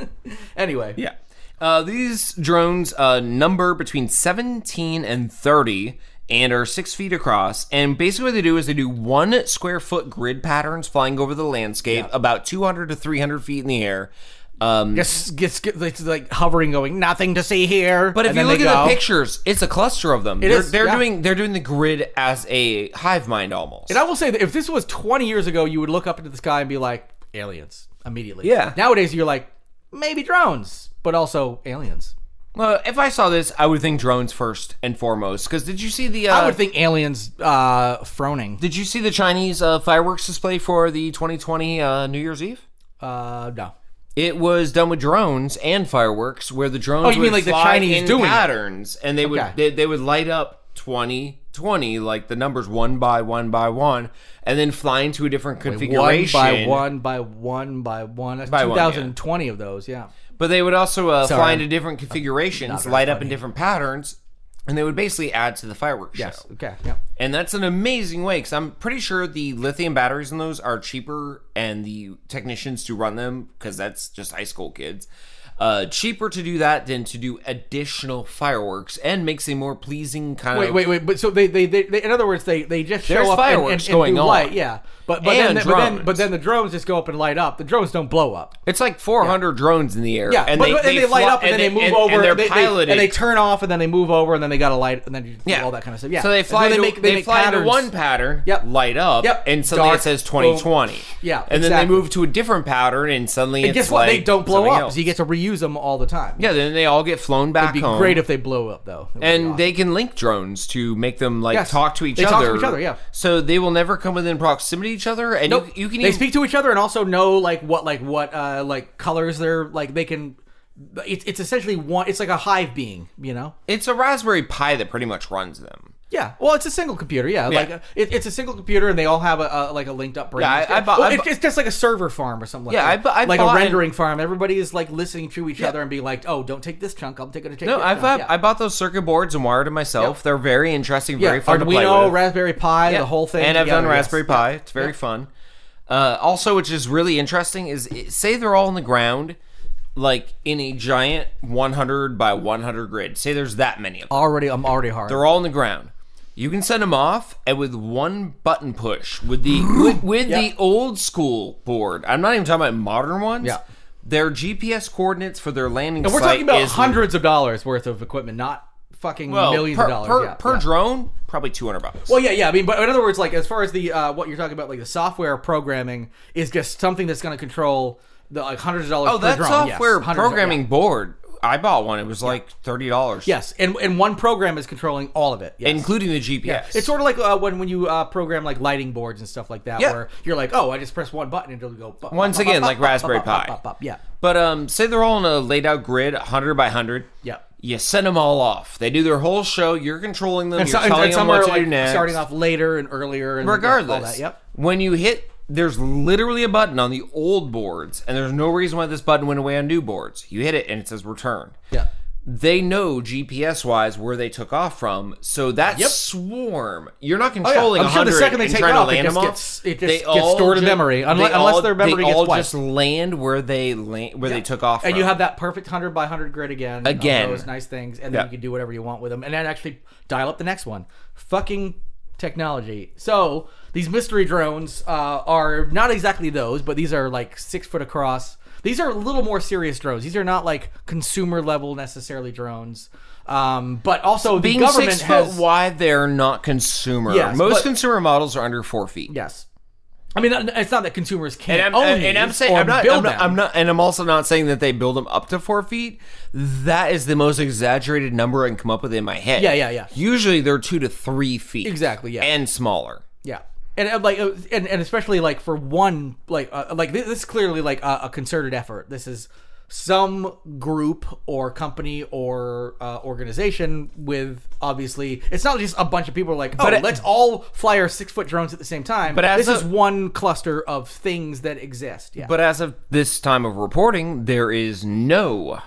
[SPEAKER 3] anyway.
[SPEAKER 2] Yeah. Uh, these drones uh, number between 17 and 30 and are six feet across. And basically, what they do is they do one square foot grid patterns flying over the landscape about 200 to 300 feet in the air. Um,
[SPEAKER 3] Just gets, it's like hovering, going nothing to see here.
[SPEAKER 2] But if
[SPEAKER 3] and
[SPEAKER 2] you
[SPEAKER 3] then
[SPEAKER 2] look
[SPEAKER 3] they
[SPEAKER 2] at
[SPEAKER 3] go.
[SPEAKER 2] the pictures, it's a cluster of them.
[SPEAKER 3] It
[SPEAKER 2] they're
[SPEAKER 3] is,
[SPEAKER 2] they're
[SPEAKER 3] yeah.
[SPEAKER 2] doing they're doing the grid as a hive mind almost.
[SPEAKER 3] And I will say that if this was 20 years ago, you would look up into the sky and be like, aliens immediately.
[SPEAKER 2] Yeah.
[SPEAKER 3] Nowadays, you're like, maybe drones, but also aliens.
[SPEAKER 2] well, if I saw this, I would think drones first and foremost. Because did you see the? Uh,
[SPEAKER 3] I would think aliens uh, froning.
[SPEAKER 2] Did you see the Chinese uh, fireworks display for the 2020 uh, New Year's Eve?
[SPEAKER 3] Uh, no.
[SPEAKER 2] It was done with drones and fireworks, where the drones
[SPEAKER 3] Oh, you
[SPEAKER 2] would
[SPEAKER 3] mean like the
[SPEAKER 2] fly
[SPEAKER 3] Chinese
[SPEAKER 2] in
[SPEAKER 3] doing it?
[SPEAKER 2] patterns, and they would
[SPEAKER 3] Okay.
[SPEAKER 2] they, they would light up 20, 20, like the numbers one by one by one, and then fly into a different
[SPEAKER 3] One
[SPEAKER 2] configuration
[SPEAKER 3] by one by one by one. That's
[SPEAKER 2] By one, yeah.
[SPEAKER 3] 2020 of those, yeah.
[SPEAKER 2] But they would also uh,
[SPEAKER 3] Sorry,
[SPEAKER 2] fly
[SPEAKER 3] I'm
[SPEAKER 2] into different configurations, light up in different patterns, and they would basically add to the fireworks
[SPEAKER 3] Yes.
[SPEAKER 2] show.
[SPEAKER 3] Okay. Yeah.
[SPEAKER 2] And that's an amazing way because I'm pretty sure the lithium batteries in those are cheaper, and the technicians to run them because that's just high school kids. Uh, cheaper to do that than to do additional fireworks, and makes a more pleasing kind
[SPEAKER 3] Wait,
[SPEAKER 2] of.
[SPEAKER 3] wait, wait. But so they, they, they, they in other words, they, they just show
[SPEAKER 2] There's
[SPEAKER 3] up and- and-
[SPEAKER 2] fireworks
[SPEAKER 3] and
[SPEAKER 2] going
[SPEAKER 3] do
[SPEAKER 2] on.
[SPEAKER 3] light, yeah. But but
[SPEAKER 2] And
[SPEAKER 3] then, the- but then but
[SPEAKER 2] drones.
[SPEAKER 3] then the drones just go up and light up. The drones don't blow up.
[SPEAKER 2] It's like 400 drones in the air.
[SPEAKER 3] Yeah,
[SPEAKER 2] and
[SPEAKER 3] but,
[SPEAKER 2] they,
[SPEAKER 3] but- and they, light
[SPEAKER 2] fly-
[SPEAKER 3] up and, then they move
[SPEAKER 2] and-
[SPEAKER 3] over.
[SPEAKER 2] And they're
[SPEAKER 3] they, they-
[SPEAKER 2] piloted.
[SPEAKER 3] and they turn off and then they move over and then they got to light and then you do
[SPEAKER 2] yeah.
[SPEAKER 3] all that kind of stuff. Yeah.
[SPEAKER 2] So they
[SPEAKER 3] And
[SPEAKER 2] fly. They,
[SPEAKER 3] then
[SPEAKER 2] make, they, fly into
[SPEAKER 3] patterns.
[SPEAKER 2] one pattern.
[SPEAKER 3] Yep.
[SPEAKER 2] Light up.
[SPEAKER 3] Yep.
[SPEAKER 2] And suddenly
[SPEAKER 3] Dark,
[SPEAKER 2] it says
[SPEAKER 3] boom.
[SPEAKER 2] 2020.
[SPEAKER 3] Yeah,
[SPEAKER 2] And then
[SPEAKER 3] exactly.
[SPEAKER 2] they move to a different pattern, and suddenly
[SPEAKER 3] And
[SPEAKER 2] it's
[SPEAKER 3] guess what?
[SPEAKER 2] like
[SPEAKER 3] they don't blow
[SPEAKER 2] something
[SPEAKER 3] up.
[SPEAKER 2] else.
[SPEAKER 3] So you get to reuse them all the time.
[SPEAKER 2] yeah. Then they all get flown back
[SPEAKER 3] It'd be
[SPEAKER 2] home.
[SPEAKER 3] great if they blow up though. It would be
[SPEAKER 2] and
[SPEAKER 3] awesome.
[SPEAKER 2] they can link drones to make them like
[SPEAKER 3] Yes.
[SPEAKER 2] talk to each
[SPEAKER 3] They
[SPEAKER 2] other.
[SPEAKER 3] talk to each other, yeah.
[SPEAKER 2] So they will never come within proximity to each other, and
[SPEAKER 3] Nope.
[SPEAKER 2] you, you can
[SPEAKER 3] they
[SPEAKER 2] even,
[SPEAKER 3] speak to each other and also know like what like what uh like colors they're like they can. It's it's essentially one. It's like a hive being, you know.
[SPEAKER 2] It's a Raspberry Pi that pretty much runs them.
[SPEAKER 3] Yeah, well, it's a single computer. Yeah, like uh, it, it's a single computer, and they all have a, a like a linked up brain.
[SPEAKER 2] Yeah, I- I bought-
[SPEAKER 3] Well,
[SPEAKER 2] I
[SPEAKER 3] it's,
[SPEAKER 2] bought-
[SPEAKER 3] it's just like a server farm or something. like
[SPEAKER 2] Yeah, I
[SPEAKER 3] that.
[SPEAKER 2] bu- I
[SPEAKER 3] like
[SPEAKER 2] bought
[SPEAKER 3] a
[SPEAKER 2] an-
[SPEAKER 3] rendering farm. Everybody is like listening to each other and being like, "Oh, don't take this chunk. I'm taking a take."
[SPEAKER 2] No,
[SPEAKER 3] this
[SPEAKER 2] I
[SPEAKER 3] chunk."
[SPEAKER 2] bought
[SPEAKER 3] Yeah.
[SPEAKER 2] I bought those circuit boards and wired them myself.
[SPEAKER 3] Yep.
[SPEAKER 2] They're very interesting, very
[SPEAKER 3] yeah.
[SPEAKER 2] fun to play
[SPEAKER 3] Arduino,
[SPEAKER 2] with.
[SPEAKER 3] Raspberry Pi,
[SPEAKER 2] Yeah.
[SPEAKER 3] the whole thing.
[SPEAKER 2] And I've done
[SPEAKER 3] together, yes.
[SPEAKER 2] Raspberry Pi. It's very fun. Uh, also, which is really interesting, is it, say they're all on the ground, like in a giant 100 by 100 grid. Say there's that many of them.
[SPEAKER 3] Already, I'm already hard.
[SPEAKER 2] They're all on the ground. You can send them off, and with one button push, with the with, with
[SPEAKER 3] Yeah.
[SPEAKER 2] the old school board. I'm not even talking about modern ones.
[SPEAKER 3] Yeah.
[SPEAKER 2] Their GPS coordinates for their landing
[SPEAKER 3] and we're
[SPEAKER 2] site
[SPEAKER 3] talking about
[SPEAKER 2] is
[SPEAKER 3] hundreds of dollars worth of equipment, not fucking
[SPEAKER 2] well,
[SPEAKER 3] millions
[SPEAKER 2] per,
[SPEAKER 3] of dollars
[SPEAKER 2] per,
[SPEAKER 3] yeah,
[SPEAKER 2] per
[SPEAKER 3] yeah.
[SPEAKER 2] drone. Probably 200 bucks.
[SPEAKER 3] Well, yeah, yeah. I mean, but in other words, like as far as the uh, what you're talking about, like the software programming is just something that's going to control the like hundreds of dollars.
[SPEAKER 2] oh,
[SPEAKER 3] per
[SPEAKER 2] that
[SPEAKER 3] drone. Yes,
[SPEAKER 2] software
[SPEAKER 3] hundreds of-
[SPEAKER 2] programming
[SPEAKER 3] yeah.
[SPEAKER 2] board. I bought one. It was like thirty dollars.
[SPEAKER 3] Yes, and and one program is controlling all of it. Yes.
[SPEAKER 2] including the GPS.
[SPEAKER 3] it's sort of like uh, when when you uh, program like lighting boards and stuff like that,
[SPEAKER 2] Yeah.
[SPEAKER 3] where you're like, oh, I just press one button and it'll go. Bop,
[SPEAKER 2] Once
[SPEAKER 3] bop,
[SPEAKER 2] again,
[SPEAKER 3] bop,
[SPEAKER 2] like
[SPEAKER 3] bop, bop,
[SPEAKER 2] Raspberry
[SPEAKER 3] bop, bop,
[SPEAKER 2] Pi.
[SPEAKER 3] bop, bop, Yeah,
[SPEAKER 2] But um, say they're all on a laid out grid, 100 by 100.
[SPEAKER 3] Yeah.
[SPEAKER 2] You send them all off. They do their whole show. You're controlling them.
[SPEAKER 3] and, so,
[SPEAKER 2] you're
[SPEAKER 3] and,
[SPEAKER 2] telling
[SPEAKER 3] and
[SPEAKER 2] them
[SPEAKER 3] some are
[SPEAKER 2] what to
[SPEAKER 3] like
[SPEAKER 2] do next.
[SPEAKER 3] starting off later and earlier. And all
[SPEAKER 2] Regardless,
[SPEAKER 3] that. Yep.
[SPEAKER 2] when you hit, there's literally a button on the old boards, and there's no reason why this button went away on new boards. You hit it, and it says return.
[SPEAKER 3] Yeah.
[SPEAKER 2] They know GPS wise where they took off from, so that
[SPEAKER 3] Yep. Oh,
[SPEAKER 2] swarm, you're not
[SPEAKER 3] yeah.
[SPEAKER 2] controlling.
[SPEAKER 3] I'm sure the
[SPEAKER 2] 100
[SPEAKER 3] second they
[SPEAKER 2] and
[SPEAKER 3] take
[SPEAKER 2] trying to
[SPEAKER 3] off, it
[SPEAKER 2] land
[SPEAKER 3] just
[SPEAKER 2] them
[SPEAKER 3] gets- it just
[SPEAKER 2] They
[SPEAKER 3] gets
[SPEAKER 2] all
[SPEAKER 3] stored in
[SPEAKER 2] ju-
[SPEAKER 3] memory,
[SPEAKER 2] they
[SPEAKER 3] unless- unless their memory
[SPEAKER 2] they
[SPEAKER 3] gets
[SPEAKER 2] all
[SPEAKER 3] wiped.
[SPEAKER 2] just land where they land where they took off,
[SPEAKER 3] And you
[SPEAKER 2] from.
[SPEAKER 3] have that perfect hundred by hundred grid again. of
[SPEAKER 2] Again.
[SPEAKER 3] those nice things, and then
[SPEAKER 2] Yeah.
[SPEAKER 3] you can do whatever you want with them, and then actually dial up the next one. Fucking technology. So these mystery drones uh, are not exactly those, but these are like six foot across. These are a little more serious drones. These are not like consumer level necessarily drones. Um, but also
[SPEAKER 2] being
[SPEAKER 3] the government
[SPEAKER 2] six
[SPEAKER 3] has
[SPEAKER 2] foot wide, they're not consumer.
[SPEAKER 3] Yes,
[SPEAKER 2] Most
[SPEAKER 3] but-
[SPEAKER 2] consumer models are under four feet.
[SPEAKER 3] yes. I mean, it's not that consumers can't
[SPEAKER 2] And I'm, uh,
[SPEAKER 3] own
[SPEAKER 2] and, and I'm
[SPEAKER 3] these
[SPEAKER 2] saying
[SPEAKER 3] or
[SPEAKER 2] I'm not,
[SPEAKER 3] build
[SPEAKER 2] I'm not,
[SPEAKER 3] them.
[SPEAKER 2] I'm not- and I'm also not saying that they build them up to four feet. That is the most exaggerated number I can come up with in my head.
[SPEAKER 3] Yeah, yeah, yeah.
[SPEAKER 2] Usually they're two to three feet.
[SPEAKER 3] Exactly, yeah.
[SPEAKER 2] and smaller.
[SPEAKER 3] Yeah, and uh, like, uh, and, and especially like for one, like, uh, like this, this is clearly like a, a concerted effort. This is some group or company or uh, organization with obviously it's not just a bunch of people like oh
[SPEAKER 2] But it-
[SPEAKER 3] let's all fly our six foot drones at the same time
[SPEAKER 2] But as
[SPEAKER 3] this
[SPEAKER 2] a-
[SPEAKER 3] is one cluster of things that exist yeah
[SPEAKER 2] But as of this time of reporting, there is no.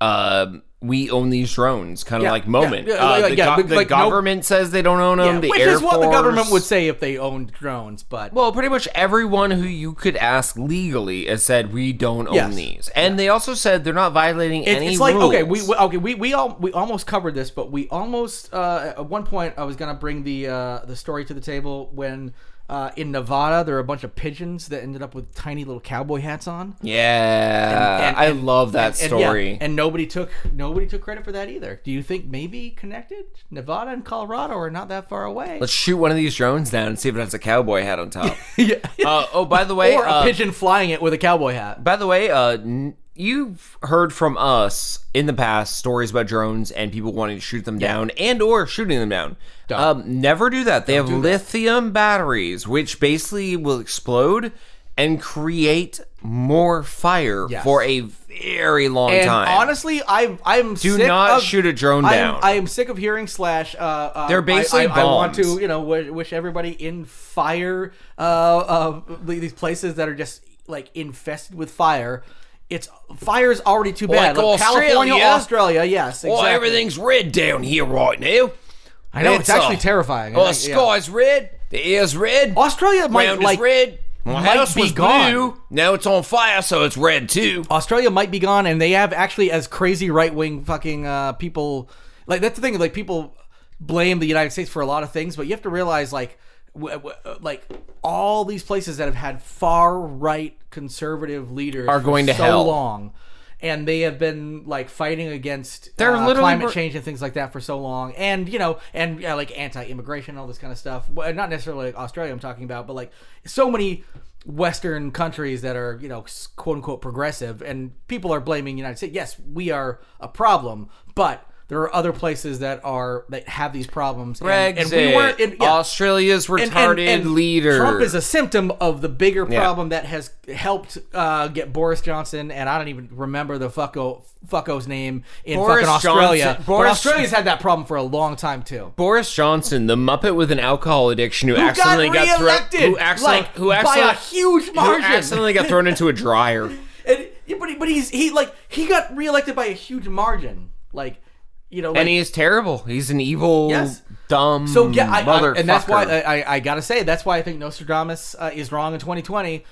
[SPEAKER 2] um we own these drones, kind of
[SPEAKER 3] Yeah,
[SPEAKER 2] like
[SPEAKER 3] yeah,
[SPEAKER 2] moment.
[SPEAKER 3] yeah,
[SPEAKER 2] Uh,
[SPEAKER 3] like-
[SPEAKER 2] the
[SPEAKER 3] yeah,
[SPEAKER 2] go-
[SPEAKER 3] like-
[SPEAKER 2] the
[SPEAKER 3] like no-
[SPEAKER 2] government says they don't own them.
[SPEAKER 3] Yeah,
[SPEAKER 2] um, the
[SPEAKER 3] which
[SPEAKER 2] Air
[SPEAKER 3] is what the government
[SPEAKER 2] Force-
[SPEAKER 3] would say if they owned drones but
[SPEAKER 2] Well, pretty much everyone who you could ask legally has said we don't own
[SPEAKER 3] Yes.
[SPEAKER 2] these, and they also said they're not violating
[SPEAKER 3] It-
[SPEAKER 2] any
[SPEAKER 3] it's like okay, we
[SPEAKER 2] rules.
[SPEAKER 3] we- okay, we we all we almost covered this, but we almost uh, at one point I was gonna bring the uh, the story to the table when uh, in Nevada there were a bunch of pigeons that ended up with tiny little cowboy hats on.
[SPEAKER 2] yeah,
[SPEAKER 3] And-
[SPEAKER 2] I love that
[SPEAKER 3] and, yeah,
[SPEAKER 2] story.
[SPEAKER 3] and nobody took nobody took credit for that either. Do you think maybe connected? Nevada and Colorado are not that far away.
[SPEAKER 2] Let's shoot one of these drones down and see if it has a cowboy hat on top.
[SPEAKER 3] yeah.
[SPEAKER 2] uh, oh, by the way,
[SPEAKER 3] or a
[SPEAKER 2] uh,
[SPEAKER 3] pigeon flying it with a cowboy hat.
[SPEAKER 2] By the way, uh, n- you've heard from us in the past stories about drones and people wanting to shoot them down and or shooting them down. Um, never do that. They have lithium batteries, which basically will explode and create more fire
[SPEAKER 3] Yes.
[SPEAKER 2] for a very long
[SPEAKER 3] And
[SPEAKER 2] time.
[SPEAKER 3] honestly, I'm I'm
[SPEAKER 2] do
[SPEAKER 3] sick
[SPEAKER 2] not
[SPEAKER 3] of-
[SPEAKER 2] shoot a drone
[SPEAKER 3] I am,
[SPEAKER 2] down.
[SPEAKER 3] I am sick of hearing slash. Uh, uh,
[SPEAKER 2] They're basically
[SPEAKER 3] I, I, I want
[SPEAKER 2] bombs.
[SPEAKER 3] to you know wish, wish everybody in fire. Uh, uh, these places that are just like infested with fire. It's fire's already too bad.
[SPEAKER 2] Like
[SPEAKER 3] California,
[SPEAKER 2] Australia?
[SPEAKER 3] Australia, yes,
[SPEAKER 2] Well,
[SPEAKER 3] exactly.
[SPEAKER 2] everything's red down here right now.
[SPEAKER 3] I know it's, actually terrifying.
[SPEAKER 2] Oh,
[SPEAKER 3] I
[SPEAKER 2] the
[SPEAKER 3] think, yeah.
[SPEAKER 2] sky's red. The air's red.
[SPEAKER 3] Australia might
[SPEAKER 2] ground
[SPEAKER 3] like
[SPEAKER 2] is red. My
[SPEAKER 3] might
[SPEAKER 2] house
[SPEAKER 3] be
[SPEAKER 2] was
[SPEAKER 3] gone.
[SPEAKER 2] blue. Now it's on fire, so it's red too.
[SPEAKER 3] Australia might be gone, and they have actually as crazy right wing fucking uh, people. Like that's the thing. Like people blame the United States for a lot of things, but you have to realize like w- w- like all these places that have had far right conservative leaders
[SPEAKER 2] Are going
[SPEAKER 3] for
[SPEAKER 2] to
[SPEAKER 3] so
[SPEAKER 2] hell.
[SPEAKER 3] long. And they have been like fighting against
[SPEAKER 2] They're
[SPEAKER 3] uh,
[SPEAKER 2] literally
[SPEAKER 3] climate
[SPEAKER 2] br-
[SPEAKER 3] change and things like that for so long, and you know, and yeah, like anti-immigration, all this kind of stuff. Well, not necessarily like Australia, I'm talking about, but like so many Western countries that are you know s- quote unquote progressive, and people are blaming United States. Yes, we are a problem, but there are other places that are that have these problems. and, and we weren't. and- yeah.
[SPEAKER 2] Australia's
[SPEAKER 3] And-
[SPEAKER 2] retarded
[SPEAKER 3] and- and
[SPEAKER 2] leader.
[SPEAKER 3] Trump is a symptom of the bigger problem that has helped uh, get Boris Johnson and I don't even remember the fucko fucko's name in
[SPEAKER 2] Boris
[SPEAKER 3] fucking Australia.
[SPEAKER 2] Johnson-
[SPEAKER 3] But
[SPEAKER 2] Boris-
[SPEAKER 3] Australia's had that problem for a long time too.
[SPEAKER 2] Boris Johnson, the Muppet with an alcohol addiction who,
[SPEAKER 3] got
[SPEAKER 2] accidentally got
[SPEAKER 3] reelected,
[SPEAKER 2] thrown, who accidentally,
[SPEAKER 3] like,
[SPEAKER 2] who
[SPEAKER 3] by
[SPEAKER 2] accidentally,
[SPEAKER 3] a huge margin.
[SPEAKER 2] who accidentally got thrown into a dryer.
[SPEAKER 3] And, but he- but he's he like he got reelected by a huge margin. Like you know, like,
[SPEAKER 2] and he's terrible. He's an evil,
[SPEAKER 3] Yes.
[SPEAKER 2] dumb
[SPEAKER 3] So yeah, I, I,
[SPEAKER 2] motherfucker.
[SPEAKER 3] and that's why uh, I, I, I gotta say that's why I think Nostradamus uh, is wrong in 2020.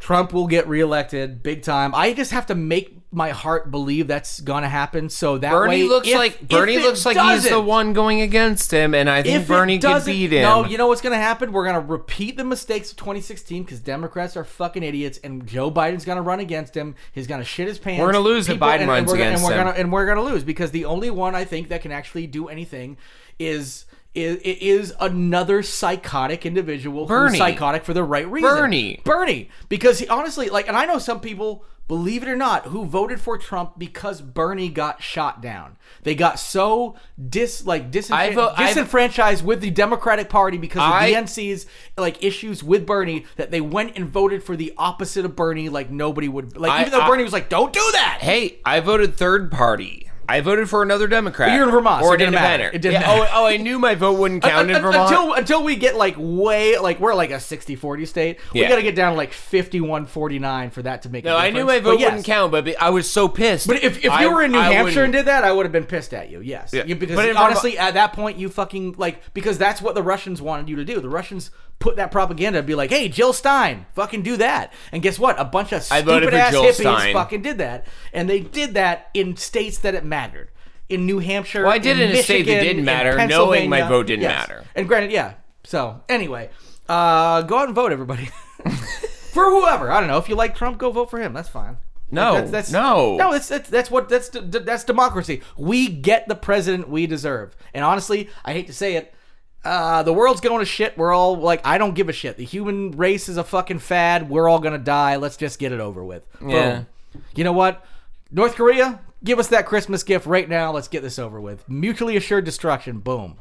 [SPEAKER 3] Trump will get reelected big time. I just have to make my heart believe that's gonna happen. So that
[SPEAKER 2] Bernie
[SPEAKER 3] way,
[SPEAKER 2] looks
[SPEAKER 3] if-
[SPEAKER 2] like
[SPEAKER 3] if
[SPEAKER 2] Bernie
[SPEAKER 3] it
[SPEAKER 2] looks like he's the
[SPEAKER 3] doesn't-
[SPEAKER 2] one going against him, and I think
[SPEAKER 3] it
[SPEAKER 2] Bernie could
[SPEAKER 3] doesn't-
[SPEAKER 2] beat him.
[SPEAKER 3] No, you know what's gonna happen? We're gonna repeat the mistakes of 2016 because Democrats are fucking idiots, and Joe Biden's gonna run against him. He's gonna shit his pants.
[SPEAKER 2] We're gonna lose if
[SPEAKER 3] People-
[SPEAKER 2] Biden runs
[SPEAKER 3] we're gonna-
[SPEAKER 2] against
[SPEAKER 3] and we're
[SPEAKER 2] him.
[SPEAKER 3] Gonna, and we're gonna lose because the only one I think that can actually do anything is. Is, is another psychotic individual
[SPEAKER 2] Bernie.
[SPEAKER 3] who's psychotic for the right reason.
[SPEAKER 2] Bernie.
[SPEAKER 3] Bernie. Because he, honestly, like, and I know some people, believe it or not, who voted for Trump because Bernie got shot down. They got so dis like dis
[SPEAKER 2] I vote- I-
[SPEAKER 3] disenfranchised with the Democratic Party because of
[SPEAKER 2] I-
[SPEAKER 3] the DNC's like issues with Bernie that they went and voted for the opposite of Bernie. Like nobody would like,
[SPEAKER 2] I-
[SPEAKER 3] even though
[SPEAKER 2] I-
[SPEAKER 3] Bernie was like, "Don't do that."
[SPEAKER 2] hey, I voted third party. I voted for another Democrat.
[SPEAKER 3] You're in Vermont,
[SPEAKER 2] or
[SPEAKER 3] so it
[SPEAKER 2] an
[SPEAKER 3] didn't matter.
[SPEAKER 2] independent.
[SPEAKER 3] It didn't
[SPEAKER 2] Yeah,
[SPEAKER 3] matter.
[SPEAKER 2] Oh, oh, I knew my vote wouldn't count in
[SPEAKER 3] Un- un-
[SPEAKER 2] Vermont.
[SPEAKER 3] Until until we get like way like we're like a 60-40 state.
[SPEAKER 2] Yeah.
[SPEAKER 3] We got to get down to like 51-49 for that to make.
[SPEAKER 2] no,
[SPEAKER 3] a
[SPEAKER 2] I
[SPEAKER 3] difference.
[SPEAKER 2] knew my
[SPEAKER 3] But
[SPEAKER 2] vote
[SPEAKER 3] yes.
[SPEAKER 2] wouldn't count, but be- I was so pissed.
[SPEAKER 3] But if, if you
[SPEAKER 2] I-
[SPEAKER 3] were in New
[SPEAKER 2] I
[SPEAKER 3] Hampshire
[SPEAKER 2] wouldn't-
[SPEAKER 3] and did that, I would have been pissed at you. Yes.
[SPEAKER 2] Yeah.
[SPEAKER 3] You- because
[SPEAKER 2] But in
[SPEAKER 3] honestly, at that point, you fucking like because that's what the Russians wanted you to do. The Russians put that propaganda and be like, "Hey, Jill Stein, fucking do that." And guess what? A bunch of
[SPEAKER 2] voted
[SPEAKER 3] stupid
[SPEAKER 2] for
[SPEAKER 3] ass
[SPEAKER 2] Jill
[SPEAKER 3] hippies
[SPEAKER 2] Stein.
[SPEAKER 3] fucking did that, and they did that in states that it mattered. In New Hampshire,
[SPEAKER 2] Well, I did it in a state that
[SPEAKER 3] Michigan,
[SPEAKER 2] didn't
[SPEAKER 3] in
[SPEAKER 2] matter, knowing my
[SPEAKER 3] Pennsylvania.
[SPEAKER 2] vote didn't
[SPEAKER 3] Yes.
[SPEAKER 2] matter.
[SPEAKER 3] And granted, yeah. So anyway, uh, go out and vote, everybody. For whoever, I don't know. If you like Trump, go vote for him. That's fine.
[SPEAKER 2] No,
[SPEAKER 3] Like, that's, that's,
[SPEAKER 2] no.
[SPEAKER 3] no. That's, that's that's what that's d- d- that's democracy. We get the president we deserve. And honestly, I hate to say it, uh, the world's going to shit. We're all like, I don't give a shit. The human race is a fucking fad. We're all gonna die. Let's just get it over with.
[SPEAKER 2] Yeah.
[SPEAKER 3] Boom. You know what? North Korea, give us that Christmas gift right now. Let's get this over with. Mutually assured destruction. Boom.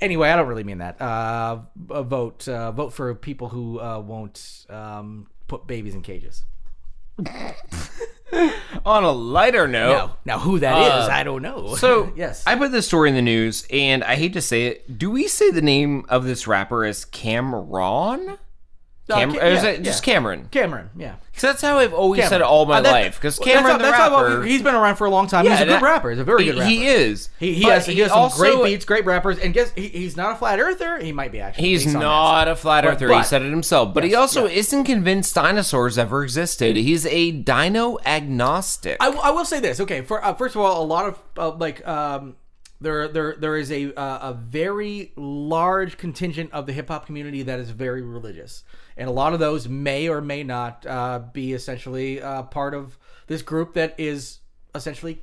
[SPEAKER 3] Anyway, I don't really mean that. Uh, b- vote, uh, vote for people who uh, won't um, put babies in cages.
[SPEAKER 2] on a lighter note.
[SPEAKER 3] Now, now who that is,
[SPEAKER 2] Oh. Uh,
[SPEAKER 3] I don't know.
[SPEAKER 2] So
[SPEAKER 3] yes,
[SPEAKER 2] I put this story in the news, and I hate to say it. Do we say the name of this rapper as Cameron?
[SPEAKER 3] Uh,
[SPEAKER 2] Cam-
[SPEAKER 3] Ca-
[SPEAKER 2] or is
[SPEAKER 3] yeah,
[SPEAKER 2] it just
[SPEAKER 3] yeah.
[SPEAKER 2] Cameron?
[SPEAKER 3] Cameron. Yeah,
[SPEAKER 2] Because that's how I've always
[SPEAKER 3] Cameron.
[SPEAKER 2] said it all my
[SPEAKER 3] Uh, that-
[SPEAKER 2] life. Because
[SPEAKER 3] well, that's
[SPEAKER 2] Cameron
[SPEAKER 3] how- that's how-
[SPEAKER 2] the rapper,
[SPEAKER 3] he's been around for a long time. he's a
[SPEAKER 2] and I-
[SPEAKER 3] good rapper. He's a very
[SPEAKER 2] he-
[SPEAKER 3] good rapper.
[SPEAKER 2] He is.
[SPEAKER 3] He, he
[SPEAKER 2] But
[SPEAKER 3] has, he has some
[SPEAKER 2] also-
[SPEAKER 3] great beats, great rappers, and guess he, he's not a flat earther. He might be actually.
[SPEAKER 2] He's
[SPEAKER 3] based on that.
[SPEAKER 2] not a flat
[SPEAKER 3] But-
[SPEAKER 2] earther. he
[SPEAKER 3] but-
[SPEAKER 2] said it himself. But he
[SPEAKER 3] Yes,
[SPEAKER 2] also isn't convinced dinosaurs ever existed. He's a dino agnostic.
[SPEAKER 3] I, I will say this. Okay, for uh, first of all, a lot of uh, like um, there there there is a uh, a very large contingent of the hip hop community that is very religious, and a lot of those may or may not uh, be essentially uh, part of this group that is essentially,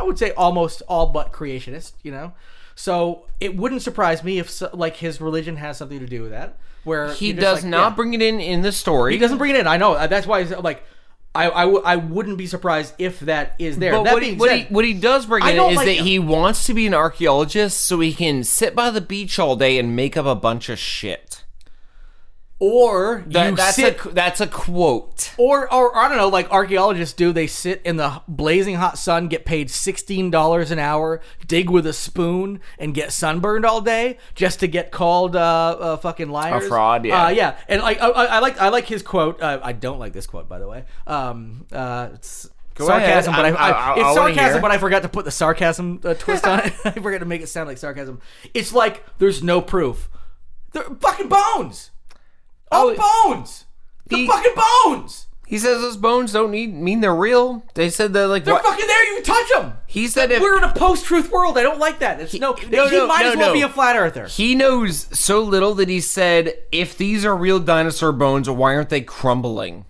[SPEAKER 3] I would say, almost all but creationist. You know. So it wouldn't surprise me if so, like his religion has something to do with that. Where
[SPEAKER 2] he
[SPEAKER 3] you're just
[SPEAKER 2] does
[SPEAKER 3] like,
[SPEAKER 2] not
[SPEAKER 3] yeah.
[SPEAKER 2] bring it in in the story.
[SPEAKER 3] He doesn't bring it in. I know. Uh, That's why. he's, uh, Like, I, I, w- I wouldn't be surprised if that is there.
[SPEAKER 2] But
[SPEAKER 3] that
[SPEAKER 2] what, he,
[SPEAKER 3] being
[SPEAKER 2] what,
[SPEAKER 3] said,
[SPEAKER 2] he, what he does bring
[SPEAKER 3] I
[SPEAKER 2] in
[SPEAKER 3] don't
[SPEAKER 2] is
[SPEAKER 3] like
[SPEAKER 2] that
[SPEAKER 3] him.
[SPEAKER 2] he wants to be an archaeologist so he can sit by the beach all day and make up a bunch of shit.
[SPEAKER 3] or
[SPEAKER 2] That-
[SPEAKER 3] you
[SPEAKER 2] that's,
[SPEAKER 3] sit,
[SPEAKER 2] a, that's a quote.
[SPEAKER 3] or, or I don't know, like archaeologists do. They sit in the blazing hot sun, get paid sixteen dollars an hour, dig with a spoon, and get sunburned all day just to get called uh, uh fucking liars,
[SPEAKER 2] fraud, yeah.
[SPEAKER 3] uh, yeah. And like, I, I I like, I like his quote. Uh, I don't like this quote, by the way. Um, uh, it's sarcasm,
[SPEAKER 2] ahead.
[SPEAKER 3] but
[SPEAKER 2] I- I-
[SPEAKER 3] I, I,
[SPEAKER 2] I- I
[SPEAKER 3] it's
[SPEAKER 2] wanna
[SPEAKER 3] sarcasm,
[SPEAKER 2] hear.
[SPEAKER 3] but I forgot to put the sarcasm uh, twist on it. I forgot to make it sound like sarcasm. It's like there's no proof. They're fucking bones. Oh, bones.
[SPEAKER 4] The
[SPEAKER 2] He,
[SPEAKER 4] fucking bones.
[SPEAKER 2] he says those bones don't need mean they're real. They said that like
[SPEAKER 3] They're
[SPEAKER 2] what-
[SPEAKER 3] fucking there. You can touch them.
[SPEAKER 2] he said if
[SPEAKER 3] We're in a post-truth world. I don't like that. It's no,
[SPEAKER 2] no,
[SPEAKER 3] he
[SPEAKER 2] no,
[SPEAKER 3] might
[SPEAKER 2] no,
[SPEAKER 3] as well
[SPEAKER 2] no.
[SPEAKER 3] be a flat earther.
[SPEAKER 2] he knows so little that he said if these are real dinosaur bones, why aren't they crumbling?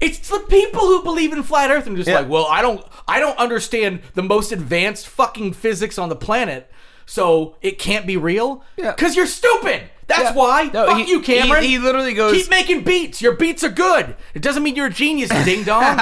[SPEAKER 3] It's the people who believe in flat Earth and just
[SPEAKER 2] Yeah.
[SPEAKER 3] like, well, I don't, I don't understand the most advanced fucking physics on the planet, so it can't be real.
[SPEAKER 2] Yeah.
[SPEAKER 3] Cause you're stupid. That's
[SPEAKER 2] Yeah.
[SPEAKER 3] why.
[SPEAKER 2] No,
[SPEAKER 3] Fuck
[SPEAKER 2] he-
[SPEAKER 3] you, Cameron.
[SPEAKER 2] he- he literally goes-
[SPEAKER 3] keep making beats. Your beats are good. It doesn't mean you're a genius, ding dong.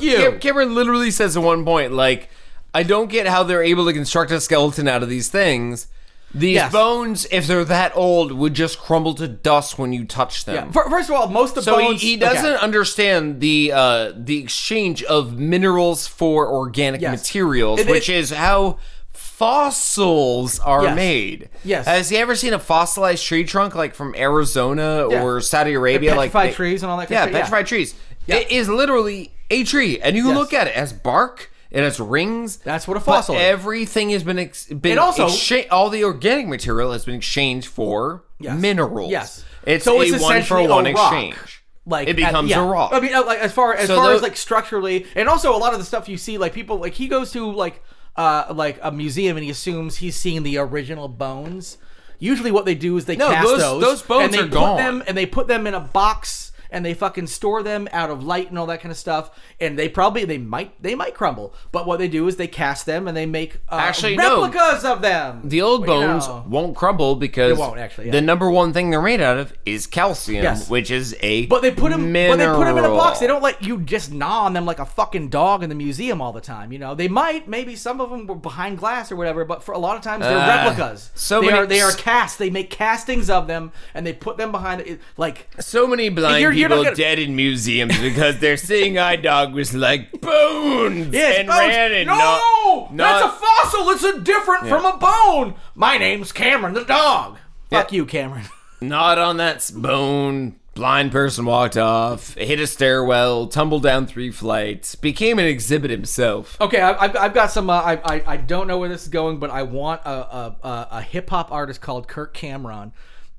[SPEAKER 2] No,
[SPEAKER 3] you.
[SPEAKER 2] Cam- Cameron literally says at one point, like, I don't get how they're able to construct a skeleton out of these things. These
[SPEAKER 3] Yes.
[SPEAKER 2] bones, if they're that old, would just crumble to dust when you touch them.
[SPEAKER 3] Fir- First of all, most of
[SPEAKER 2] so he,
[SPEAKER 3] bones.
[SPEAKER 2] he doesn't
[SPEAKER 3] okay.
[SPEAKER 2] understand the uh, the exchange of minerals for organic
[SPEAKER 3] Yes.
[SPEAKER 2] materials,
[SPEAKER 3] It-
[SPEAKER 2] which
[SPEAKER 3] it-
[SPEAKER 2] is how fossils are
[SPEAKER 3] Yes.
[SPEAKER 2] made.
[SPEAKER 3] Yes.
[SPEAKER 2] Has he ever seen a fossilized tree trunk like from Arizona
[SPEAKER 3] Yeah.
[SPEAKER 2] or Saudi Arabia? like
[SPEAKER 3] petrified trees and all that kind
[SPEAKER 2] Yeah,
[SPEAKER 3] of shit, yeah.
[SPEAKER 2] petrified trees. It is literally a tree, and you can
[SPEAKER 3] Yes.
[SPEAKER 2] look at it as bark. It has rings.
[SPEAKER 3] That's what a
[SPEAKER 2] but
[SPEAKER 3] fossil is.
[SPEAKER 2] Everything has been ex- been
[SPEAKER 3] And also-
[SPEAKER 2] excha- all the organic material has been exchanged for
[SPEAKER 3] Yes.
[SPEAKER 2] minerals.
[SPEAKER 3] Yes.
[SPEAKER 2] it's
[SPEAKER 3] So
[SPEAKER 2] a
[SPEAKER 3] it's
[SPEAKER 2] one for
[SPEAKER 3] essentially a
[SPEAKER 2] one
[SPEAKER 3] rock.
[SPEAKER 2] exchange.
[SPEAKER 3] like
[SPEAKER 2] it
[SPEAKER 3] at-
[SPEAKER 2] becomes
[SPEAKER 3] yeah.
[SPEAKER 2] a rock.
[SPEAKER 3] I mean, uh, like as far as
[SPEAKER 2] So
[SPEAKER 3] far
[SPEAKER 2] tho-
[SPEAKER 3] as like structurally, and also a lot of the stuff you see, like people like he goes to like uh like a museum and he assumes he's seeing the original bones. Usually, what they do is they
[SPEAKER 2] No,
[SPEAKER 3] cast
[SPEAKER 2] those-
[SPEAKER 3] those.
[SPEAKER 2] those bones
[SPEAKER 3] and they
[SPEAKER 2] are
[SPEAKER 3] put
[SPEAKER 2] gone.
[SPEAKER 3] Them, and they put them in a box and they fucking store them out of light and all that kind of stuff. And they probably they might they might crumble, but what they do is they cast them and they make uh,
[SPEAKER 2] Actually, no.
[SPEAKER 3] replicas of them.
[SPEAKER 2] the old
[SPEAKER 3] Well, you
[SPEAKER 2] bones
[SPEAKER 3] know.
[SPEAKER 2] won't crumble because
[SPEAKER 3] They won't, actually, yeah.
[SPEAKER 2] the number one thing they're made out of is calcium,
[SPEAKER 3] Yes.
[SPEAKER 2] which is a
[SPEAKER 3] But they put them. But they put them in a box. They
[SPEAKER 2] mineral.
[SPEAKER 3] don't let you just gnaw on them like a fucking dog in the museum all the time. You know, they might. Maybe some of them were behind glass or whatever. But for a lot of times, they're
[SPEAKER 2] Ah,
[SPEAKER 3] replicas.
[SPEAKER 2] so
[SPEAKER 3] they
[SPEAKER 2] many-
[SPEAKER 3] are. They are cast. They make castings of them and they put them behind. It, like
[SPEAKER 2] So many blind
[SPEAKER 3] You're- you're not
[SPEAKER 2] people
[SPEAKER 3] gonna-
[SPEAKER 2] dead in museums because their seeing eye dog was like bones
[SPEAKER 3] yes,
[SPEAKER 2] and
[SPEAKER 3] bones.
[SPEAKER 2] ran and
[SPEAKER 3] oh, no,
[SPEAKER 2] not,
[SPEAKER 3] that's a fossil. It's a different from a bone. My name's Cameron the dog. Fuck you, Cameron.
[SPEAKER 2] not on that s- bone. Blind person walked off, hit a stairwell, tumbled down three flights, became an exhibit himself.
[SPEAKER 3] Okay, I- I've, I've got some. Uh, I, I I don't know where this is going, but I want a a, a, a hip hop artist called Kirk Cameron,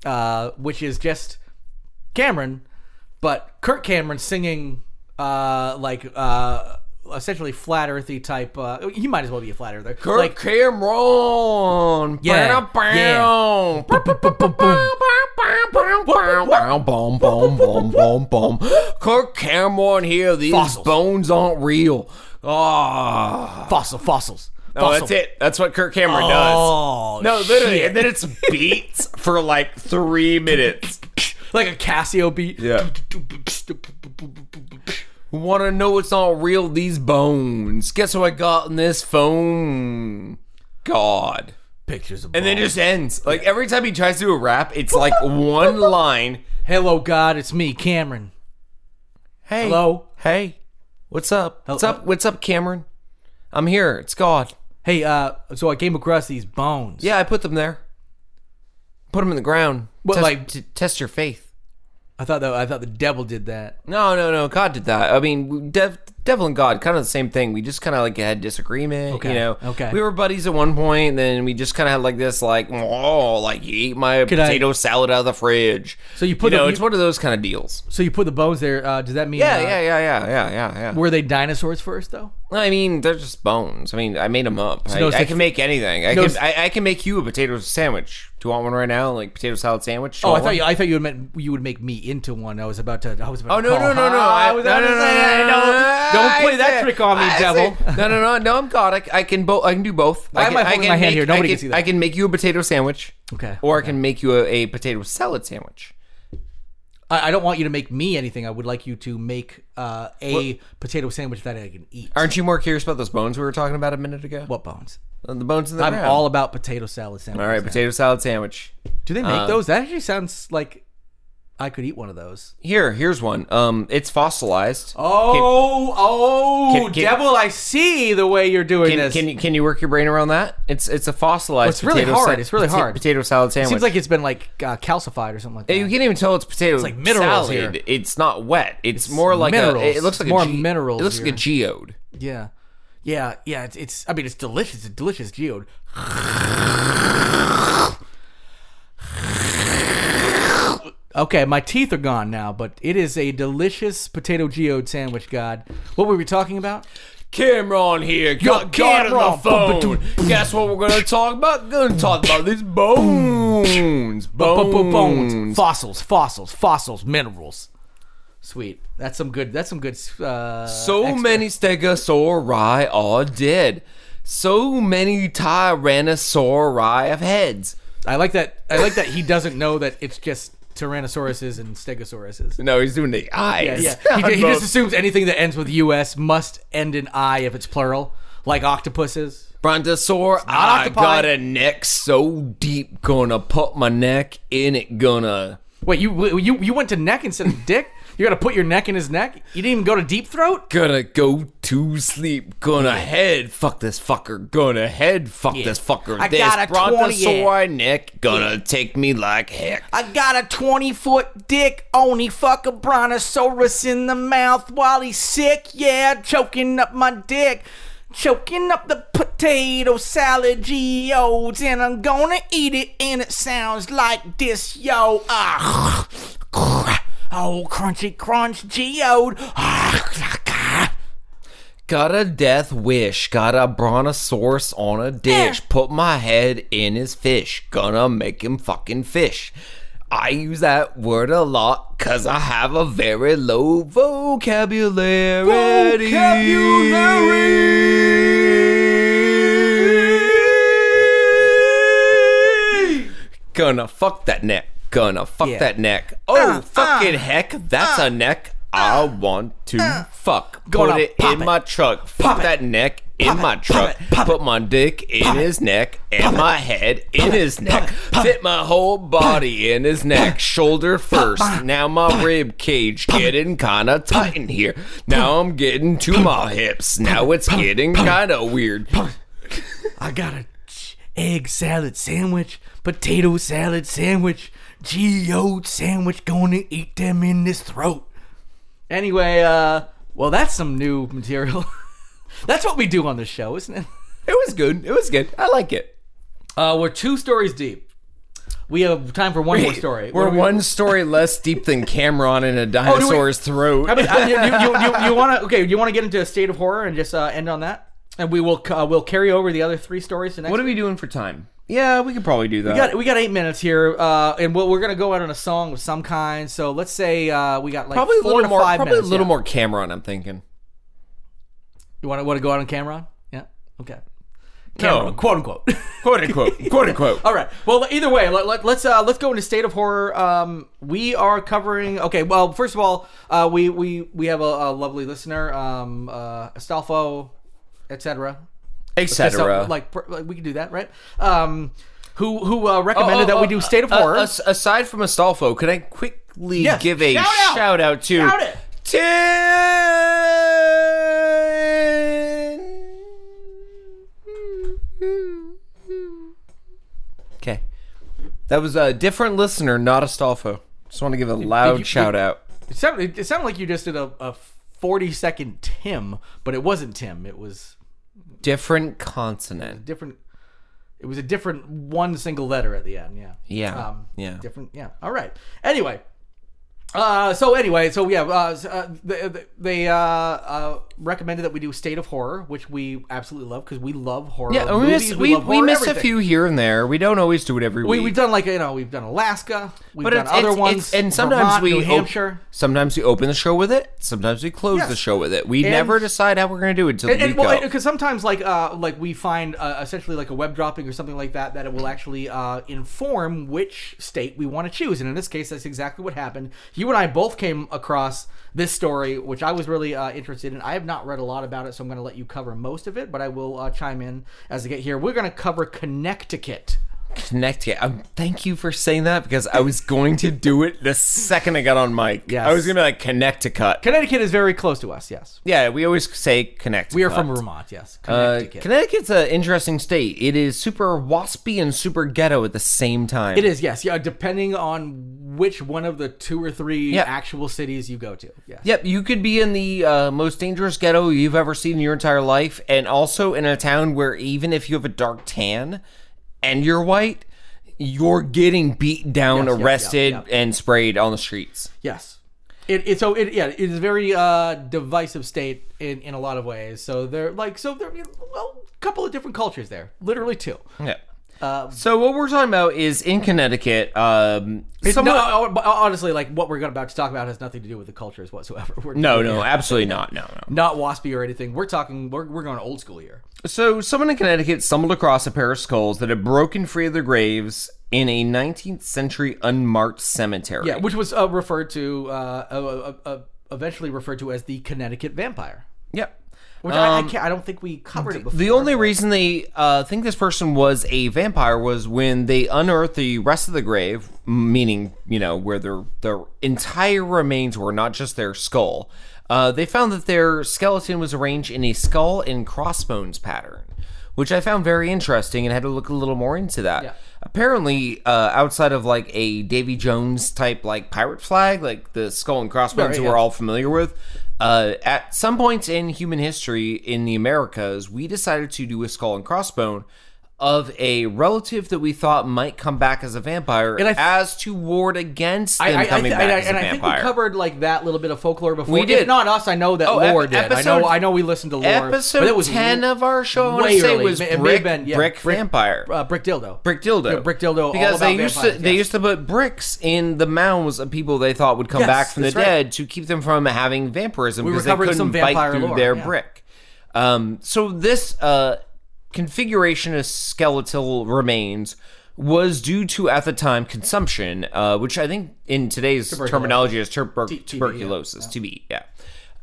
[SPEAKER 3] uh, which is just Cameron, but Kirk Cameron singing uh, like uh, essentially flat earthy type. Uh, he might as well be a flat earther.
[SPEAKER 2] Kirk
[SPEAKER 3] like,
[SPEAKER 2] Cameron.
[SPEAKER 3] Yeah,
[SPEAKER 2] Ba-da-bow. Bow, boom, boom, boom, boom, boom. Kirk Cameron here. These
[SPEAKER 3] Fossils.
[SPEAKER 2] bones aren't real. Ah.
[SPEAKER 3] fossil fossils.
[SPEAKER 2] Oh,
[SPEAKER 3] Fossil.
[SPEAKER 2] that's it. That's what Kirk Cameron
[SPEAKER 3] Oh,
[SPEAKER 2] does. No, literally.
[SPEAKER 3] shit.
[SPEAKER 2] And then it's beats for like three minutes.
[SPEAKER 3] Like a Casio beat.
[SPEAKER 2] Yeah. Want to know it's all real? These bones. Guess what I got in this phone? God.
[SPEAKER 3] Pictures of
[SPEAKER 2] And then it just ends. Like every time he tries to do a rap, it's like one line.
[SPEAKER 3] hello God, it's me Cameron.
[SPEAKER 2] Hey.
[SPEAKER 3] Hello.
[SPEAKER 2] Hey. What's up? What's up? What's up, Cameron? I'm here. It's God.
[SPEAKER 3] Hey, uh, so I came across these bones.
[SPEAKER 2] Yeah, I put them there. Put them in the ground.
[SPEAKER 3] What,
[SPEAKER 2] Test-
[SPEAKER 3] like-
[SPEAKER 2] to test your faith.
[SPEAKER 3] I thought that I thought the devil did that.
[SPEAKER 2] No, no, no. God did that. I mean, dev, devil and God, kind of the same thing. We just kind of like had disagreement.
[SPEAKER 3] Okay,
[SPEAKER 2] You know.
[SPEAKER 3] okay.
[SPEAKER 2] We were buddies at one point, and then we just kind of had like this, like, oh, like you eat my
[SPEAKER 3] I-
[SPEAKER 2] potato salad out of the fridge.
[SPEAKER 3] So you put
[SPEAKER 2] You know,
[SPEAKER 3] the-
[SPEAKER 2] it's one of those kind of deals.
[SPEAKER 3] So you put the bones there. Uh, does that mean?
[SPEAKER 2] Yeah,
[SPEAKER 3] uh,
[SPEAKER 2] yeah, yeah, yeah, yeah, yeah, yeah.
[SPEAKER 3] Were they dinosaurs first though?
[SPEAKER 2] I mean, they're just bones. I mean, I made them up. I,
[SPEAKER 3] no
[SPEAKER 2] I
[SPEAKER 3] such-
[SPEAKER 2] can make anything. I
[SPEAKER 3] no
[SPEAKER 2] can
[SPEAKER 3] s-
[SPEAKER 2] I, I can make you a potato sandwich. Do you want one right now? Like potato salad sandwich? Do
[SPEAKER 3] Oh, I
[SPEAKER 2] want
[SPEAKER 3] thought
[SPEAKER 2] one?
[SPEAKER 3] you. I thought you had meant you would make me into one. I was about to. I was about.
[SPEAKER 2] Oh
[SPEAKER 3] to
[SPEAKER 2] no
[SPEAKER 3] call.
[SPEAKER 2] no no no!
[SPEAKER 3] I,
[SPEAKER 2] I
[SPEAKER 3] was
[SPEAKER 2] no,
[SPEAKER 3] about
[SPEAKER 2] no,
[SPEAKER 3] to
[SPEAKER 2] no, no,
[SPEAKER 3] say,
[SPEAKER 2] no, no, no,
[SPEAKER 3] don't
[SPEAKER 2] I
[SPEAKER 3] play that
[SPEAKER 2] said-
[SPEAKER 3] trick on me,
[SPEAKER 2] I
[SPEAKER 3] devil.
[SPEAKER 2] said- No no no no! I'm God. I, I can both. I can do both.
[SPEAKER 3] Why
[SPEAKER 2] I
[SPEAKER 3] am
[SPEAKER 2] can,
[SPEAKER 3] I holding my hand
[SPEAKER 2] make-
[SPEAKER 3] here? Nobody
[SPEAKER 2] I
[SPEAKER 3] can see that.
[SPEAKER 2] I can make you a potato sandwich.
[SPEAKER 3] Okay.
[SPEAKER 2] Or I can make you a, a potato salad sandwich.
[SPEAKER 3] I, I don't want you to make me anything. I would like you to make uh, a potato sandwich that I can eat.
[SPEAKER 2] Aren't you more curious about those bones we were talking about a minute ago?
[SPEAKER 3] what bones?
[SPEAKER 2] The bones in the
[SPEAKER 3] I'm
[SPEAKER 2] ground.
[SPEAKER 3] all about potato salad sandwiches.
[SPEAKER 2] all right,
[SPEAKER 3] now.
[SPEAKER 2] potato Uh, salad sandwich.
[SPEAKER 3] Do they make those? That actually sounds like I could eat one of those.
[SPEAKER 2] Here, here's one. Um, it's fossilized.
[SPEAKER 3] Oh, oh,
[SPEAKER 2] Can- can-
[SPEAKER 3] devil! I see the way you're doing
[SPEAKER 2] Can,
[SPEAKER 3] this.
[SPEAKER 2] can you can you work your brain around that? It's it's a fossilized.
[SPEAKER 3] It's really
[SPEAKER 2] potato
[SPEAKER 3] hard. It's really
[SPEAKER 2] pota-
[SPEAKER 3] hard.
[SPEAKER 2] Potato salad
[SPEAKER 3] it
[SPEAKER 2] sandwich.
[SPEAKER 3] seems like it's been like uh, calcified or something like that.
[SPEAKER 2] you can't even tell it's potato. It's
[SPEAKER 3] like minerals
[SPEAKER 2] salad.
[SPEAKER 3] here.
[SPEAKER 2] It's not wet. It's, more like
[SPEAKER 3] minerals.
[SPEAKER 2] a. It looks like
[SPEAKER 3] It's more
[SPEAKER 2] a ge-
[SPEAKER 3] minerals
[SPEAKER 2] It looks like
[SPEAKER 3] here.
[SPEAKER 2] a geode.
[SPEAKER 3] Yeah, yeah, yeah. It's, it's I mean, it's delicious. It's delicious geode. Okay, my teeth are gone now, but it is a delicious potato geode sandwich, God. What were we talking about?
[SPEAKER 2] Cameron here. Got
[SPEAKER 3] Cameron.
[SPEAKER 2] Cameron on the phone. Guess what we're gonna talk about? Gonna talk about these bones.
[SPEAKER 3] Bones.
[SPEAKER 2] Bones.
[SPEAKER 3] Fossils, fossils, fossils, minerals. Sweet. That's some good. That's some good. Uh,
[SPEAKER 2] So
[SPEAKER 3] extra.
[SPEAKER 2] many stegosauri are dead. So many tyrannosauri have heads.
[SPEAKER 3] I like that. I like that he doesn't know that it's just tyrannosauruses and stegosauruses.
[SPEAKER 2] No, he's doing the eyes.
[SPEAKER 3] Yeah, yeah. He, ju- he
[SPEAKER 2] Both.
[SPEAKER 3] just assumes anything that ends with us must end in i if it's plural, like octopuses.
[SPEAKER 2] Brontosaur, I
[SPEAKER 3] octopi.
[SPEAKER 2] got a neck so deep, gonna put my neck in it, gonna.
[SPEAKER 3] Wait, you you you went to neck instead of dick. You're gonna put your neck in his neck. You didn't even go to deep throat.
[SPEAKER 2] Gonna go to sleep, gonna head fuck this fucker, gonna head fuck this fucker.
[SPEAKER 4] I
[SPEAKER 2] this
[SPEAKER 4] got a 20,
[SPEAKER 2] brontosaur neck gonna take me like heck.
[SPEAKER 4] I got a 20 foot dick, only fuck a brontosaurus in the mouth while he's sick. Yeah, choking up my dick, choking up the potato salad geodes, and I'm gonna eat it, and it sounds like this, yo. Ah, oh, crunchy crunch geode. Ah,
[SPEAKER 2] Got a death wish, got a brontosaurus on a dish, put my head in his fish, gonna make him fucking fish. I use that word a lot cause I have a very low vocabulary. Gonna fuck that neck, gonna fuck
[SPEAKER 3] Yeah. Uh,
[SPEAKER 2] that neck. Oh, fucking heck, that's a neck. I want to fuck.
[SPEAKER 3] uh. Gonna
[SPEAKER 2] Put it
[SPEAKER 3] pop
[SPEAKER 2] in
[SPEAKER 3] it.
[SPEAKER 2] my truck. Pop
[SPEAKER 3] it.
[SPEAKER 2] that neck in
[SPEAKER 3] it,
[SPEAKER 2] my
[SPEAKER 3] pop
[SPEAKER 2] truck.
[SPEAKER 3] it, pop
[SPEAKER 2] Put my dick in his neck and my head in his neck. Fit my whole body in his neck, shoulder first. Now my rib cage getting kinda tight in here. Now I'm getting to my hips. Now it's getting kinda weird.
[SPEAKER 3] I got a ch- egg salad sandwich, potato salad sandwich, geode sandwich. Gonna eat them in this throat. Anyway, uh, well, that's some new material. that's what we do on this show, isn't it?
[SPEAKER 2] It was good. It was good. I like it.
[SPEAKER 3] Uh, we're two stories deep. We have time for one more story.
[SPEAKER 2] We're
[SPEAKER 3] What do we-
[SPEAKER 2] one story less deep than Cameron in a dinosaur's throat.
[SPEAKER 3] I mean, I- uh, you, you, you, you want to okay? You want to get into a state of horror and just uh, end on that, and we will uh, we'll carry over the other three stories to next.
[SPEAKER 2] What are we doing for time? Yeah, we could probably do that.
[SPEAKER 3] We got we got eight minutes here, uh, and we'll, we're gonna go out on a song of some kind. So let's say uh, we got like
[SPEAKER 2] probably a
[SPEAKER 3] four
[SPEAKER 2] little
[SPEAKER 3] to
[SPEAKER 2] more.
[SPEAKER 3] five
[SPEAKER 2] Probably
[SPEAKER 3] minutes,
[SPEAKER 2] a little
[SPEAKER 3] yeah.
[SPEAKER 2] more Cameron. I'm thinking.
[SPEAKER 3] You want to want to go out on Cameron? Yeah. Okay.
[SPEAKER 2] No.
[SPEAKER 3] Cameron, quote unquote.
[SPEAKER 2] Quote unquote. quote unquote.
[SPEAKER 3] All right. Well, either way, let, let, let's uh, let's go into state of horror. Um, we are covering. Okay. Well, first of all, uh, we we we have a, a lovely listener, um, uh, Astolfo, etc.
[SPEAKER 2] Etc.
[SPEAKER 3] Like, pr- like we can do that, right? Um, who who uh, recommended that we do state of
[SPEAKER 2] uh,
[SPEAKER 3] horror?
[SPEAKER 2] as- aside from Astolfo, can I quickly
[SPEAKER 3] Yes,
[SPEAKER 2] give a
[SPEAKER 3] shout
[SPEAKER 2] shout
[SPEAKER 3] out.
[SPEAKER 2] out, to
[SPEAKER 3] Shout it.
[SPEAKER 2] Tim? Okay, that was a different listener, not Astolfo. Just want to give a loud
[SPEAKER 3] you-
[SPEAKER 2] shout
[SPEAKER 3] did-
[SPEAKER 2] out.
[SPEAKER 3] It sounded, it sounded like you just did a, a 40 second Tim, but it wasn't Tim. It was
[SPEAKER 2] Different continent.
[SPEAKER 3] different. It was a different one single letter at the end. Yeah.
[SPEAKER 2] Yeah.
[SPEAKER 3] Um,
[SPEAKER 2] yeah.
[SPEAKER 3] Different. Yeah. All right. Anyway. Uh, so anyway, so yeah, uh, s- uh, they, they- they uh, uh, recommended that we do State of Horror, which we absolutely love because we love horror.
[SPEAKER 2] Yeah, we
[SPEAKER 3] movies,
[SPEAKER 2] miss we,
[SPEAKER 3] love
[SPEAKER 2] we
[SPEAKER 3] horror
[SPEAKER 2] miss a
[SPEAKER 3] everything.
[SPEAKER 2] few here and there. We don't always do it every
[SPEAKER 3] We,
[SPEAKER 2] week.
[SPEAKER 3] we've done like you know we've done Alaska, we've
[SPEAKER 2] but
[SPEAKER 3] done
[SPEAKER 2] it's,
[SPEAKER 3] other
[SPEAKER 2] it's-
[SPEAKER 3] ones,
[SPEAKER 2] it's- and sometimes
[SPEAKER 3] Vermont,
[SPEAKER 2] we
[SPEAKER 3] New
[SPEAKER 2] op-
[SPEAKER 3] Hampshire.
[SPEAKER 2] sometimes we open the show with it. Sometimes we close
[SPEAKER 3] Yes.
[SPEAKER 2] the show with it. We never decide how we're going to do it until
[SPEAKER 3] And,
[SPEAKER 2] the
[SPEAKER 3] and
[SPEAKER 2] week
[SPEAKER 3] well,
[SPEAKER 2] of.
[SPEAKER 3] because sometimes like uh, like we find uh, essentially like a web dropping or something like that that it will actually uh, inform which state we want to choose, and in this case, that's exactly what happened. You and I both came across this story, which I was really uh, interested in. I have not read a lot about it, so I'm going to let you cover most of it, but I will uh, chime in as I get here. We're going to cover Connecticut.
[SPEAKER 2] Connecticut. Um, thank you for saying that because I was going to do it the second I got on mic.
[SPEAKER 3] Yes.
[SPEAKER 2] I was going to be like Connecticut.
[SPEAKER 3] Connecticut is very close to us. Yes,
[SPEAKER 2] yeah, we always say Connecticut.
[SPEAKER 3] we are from Vermont. Yes,
[SPEAKER 2] Uh,
[SPEAKER 3] Connecticut.
[SPEAKER 2] Connecticut's an interesting state. It is super waspy and super ghetto at the same time.
[SPEAKER 3] it is yes, yeah. Depending on which one of the two or three
[SPEAKER 2] Yeah.
[SPEAKER 3] actual cities you go to, yes.
[SPEAKER 2] Yep, you could be in the uh, most dangerous ghetto you've ever seen in your entire life, and also in a town where even if you have a dark tan and you're white, you're getting beat down,
[SPEAKER 3] Yes, yeah, yeah,
[SPEAKER 2] arrested,
[SPEAKER 3] yeah.
[SPEAKER 2] and sprayed on the streets.
[SPEAKER 3] Yes. It, it so it yeah it is a very uh, divisive state in, in a lot of ways. So they're like so there well a couple of different cultures there, literally two.
[SPEAKER 2] Yeah.
[SPEAKER 3] Um,
[SPEAKER 2] so what we're talking about is in Connecticut. Um, someone-
[SPEAKER 3] no, oh, but honestly, like what we're about to talk about has nothing to do with the cultures whatsoever. We're,
[SPEAKER 2] no, no, absolutely not. No, no.
[SPEAKER 3] not waspy or anything. We're talking we're, we're going old school here.
[SPEAKER 2] So, someone in Connecticut stumbled across a pair of skulls that had broken free of their graves in a 19th century unmarked cemetery.
[SPEAKER 3] Yeah, which was uh, referred to uh, uh, uh, uh, eventually referred to as the Connecticut vampire,
[SPEAKER 2] Yep. Um,
[SPEAKER 3] which I, I can't. I don't think we covered it before.
[SPEAKER 2] The only reason they uh, think this person was a vampire was when they unearthed the rest of the grave, meaning you know where their their entire remains were, not just their skull. Uh, they found that their skeleton was arranged in a skull and crossbones pattern, which I found very interesting and had to look a little more into that.
[SPEAKER 3] Yeah.
[SPEAKER 2] Apparently, uh, outside of like a Davy Jones type like pirate flag, like the skull and crossbones
[SPEAKER 3] Right,
[SPEAKER 2] were
[SPEAKER 3] yeah.
[SPEAKER 2] all all familiar with. Uh, at some points in human history in the Americas, we decided to do a skull and crossbone of a relative that we thought might come back as a vampire
[SPEAKER 3] And I th-
[SPEAKER 2] as to ward against them
[SPEAKER 3] I, I, I,
[SPEAKER 2] coming
[SPEAKER 3] th-
[SPEAKER 2] back
[SPEAKER 3] I-
[SPEAKER 2] as a
[SPEAKER 3] and I think
[SPEAKER 2] vampire.
[SPEAKER 3] we covered like that little bit of folklore before.
[SPEAKER 2] We did. Oh,
[SPEAKER 3] If not us, I know that
[SPEAKER 2] ep-
[SPEAKER 3] lore did. I
[SPEAKER 2] episode-
[SPEAKER 3] know. I know we listened to lore.
[SPEAKER 2] Episode
[SPEAKER 3] but it was
[SPEAKER 2] ten
[SPEAKER 3] l-
[SPEAKER 2] of our show, I want
[SPEAKER 3] way
[SPEAKER 2] to say,
[SPEAKER 3] early.
[SPEAKER 2] was
[SPEAKER 3] It may- it may
[SPEAKER 2] Brick,
[SPEAKER 3] have been, yeah,
[SPEAKER 2] brick,
[SPEAKER 3] Brick-
[SPEAKER 2] Vampire.
[SPEAKER 3] uh, brick dildo.
[SPEAKER 2] Brick dildo.
[SPEAKER 3] Yeah, brick dildo. all
[SPEAKER 2] Because they
[SPEAKER 3] about
[SPEAKER 2] used to
[SPEAKER 3] vampires,
[SPEAKER 2] they
[SPEAKER 3] yes.
[SPEAKER 2] used to put bricks in the mounds of people they thought would come
[SPEAKER 3] Yes,
[SPEAKER 2] back from the
[SPEAKER 3] that's right.
[SPEAKER 2] dead to keep them from having vampirism
[SPEAKER 3] We were
[SPEAKER 2] because they
[SPEAKER 3] covering
[SPEAKER 2] couldn't
[SPEAKER 3] some
[SPEAKER 2] bite
[SPEAKER 3] vampire
[SPEAKER 2] through
[SPEAKER 3] lore,
[SPEAKER 2] their
[SPEAKER 3] yeah.
[SPEAKER 2] brick. Um, so this uh, configuration of skeletal remains was due to at the time consumption, uh, which I think in today's terminology is tuber- tuberculosis, TB. Yeah.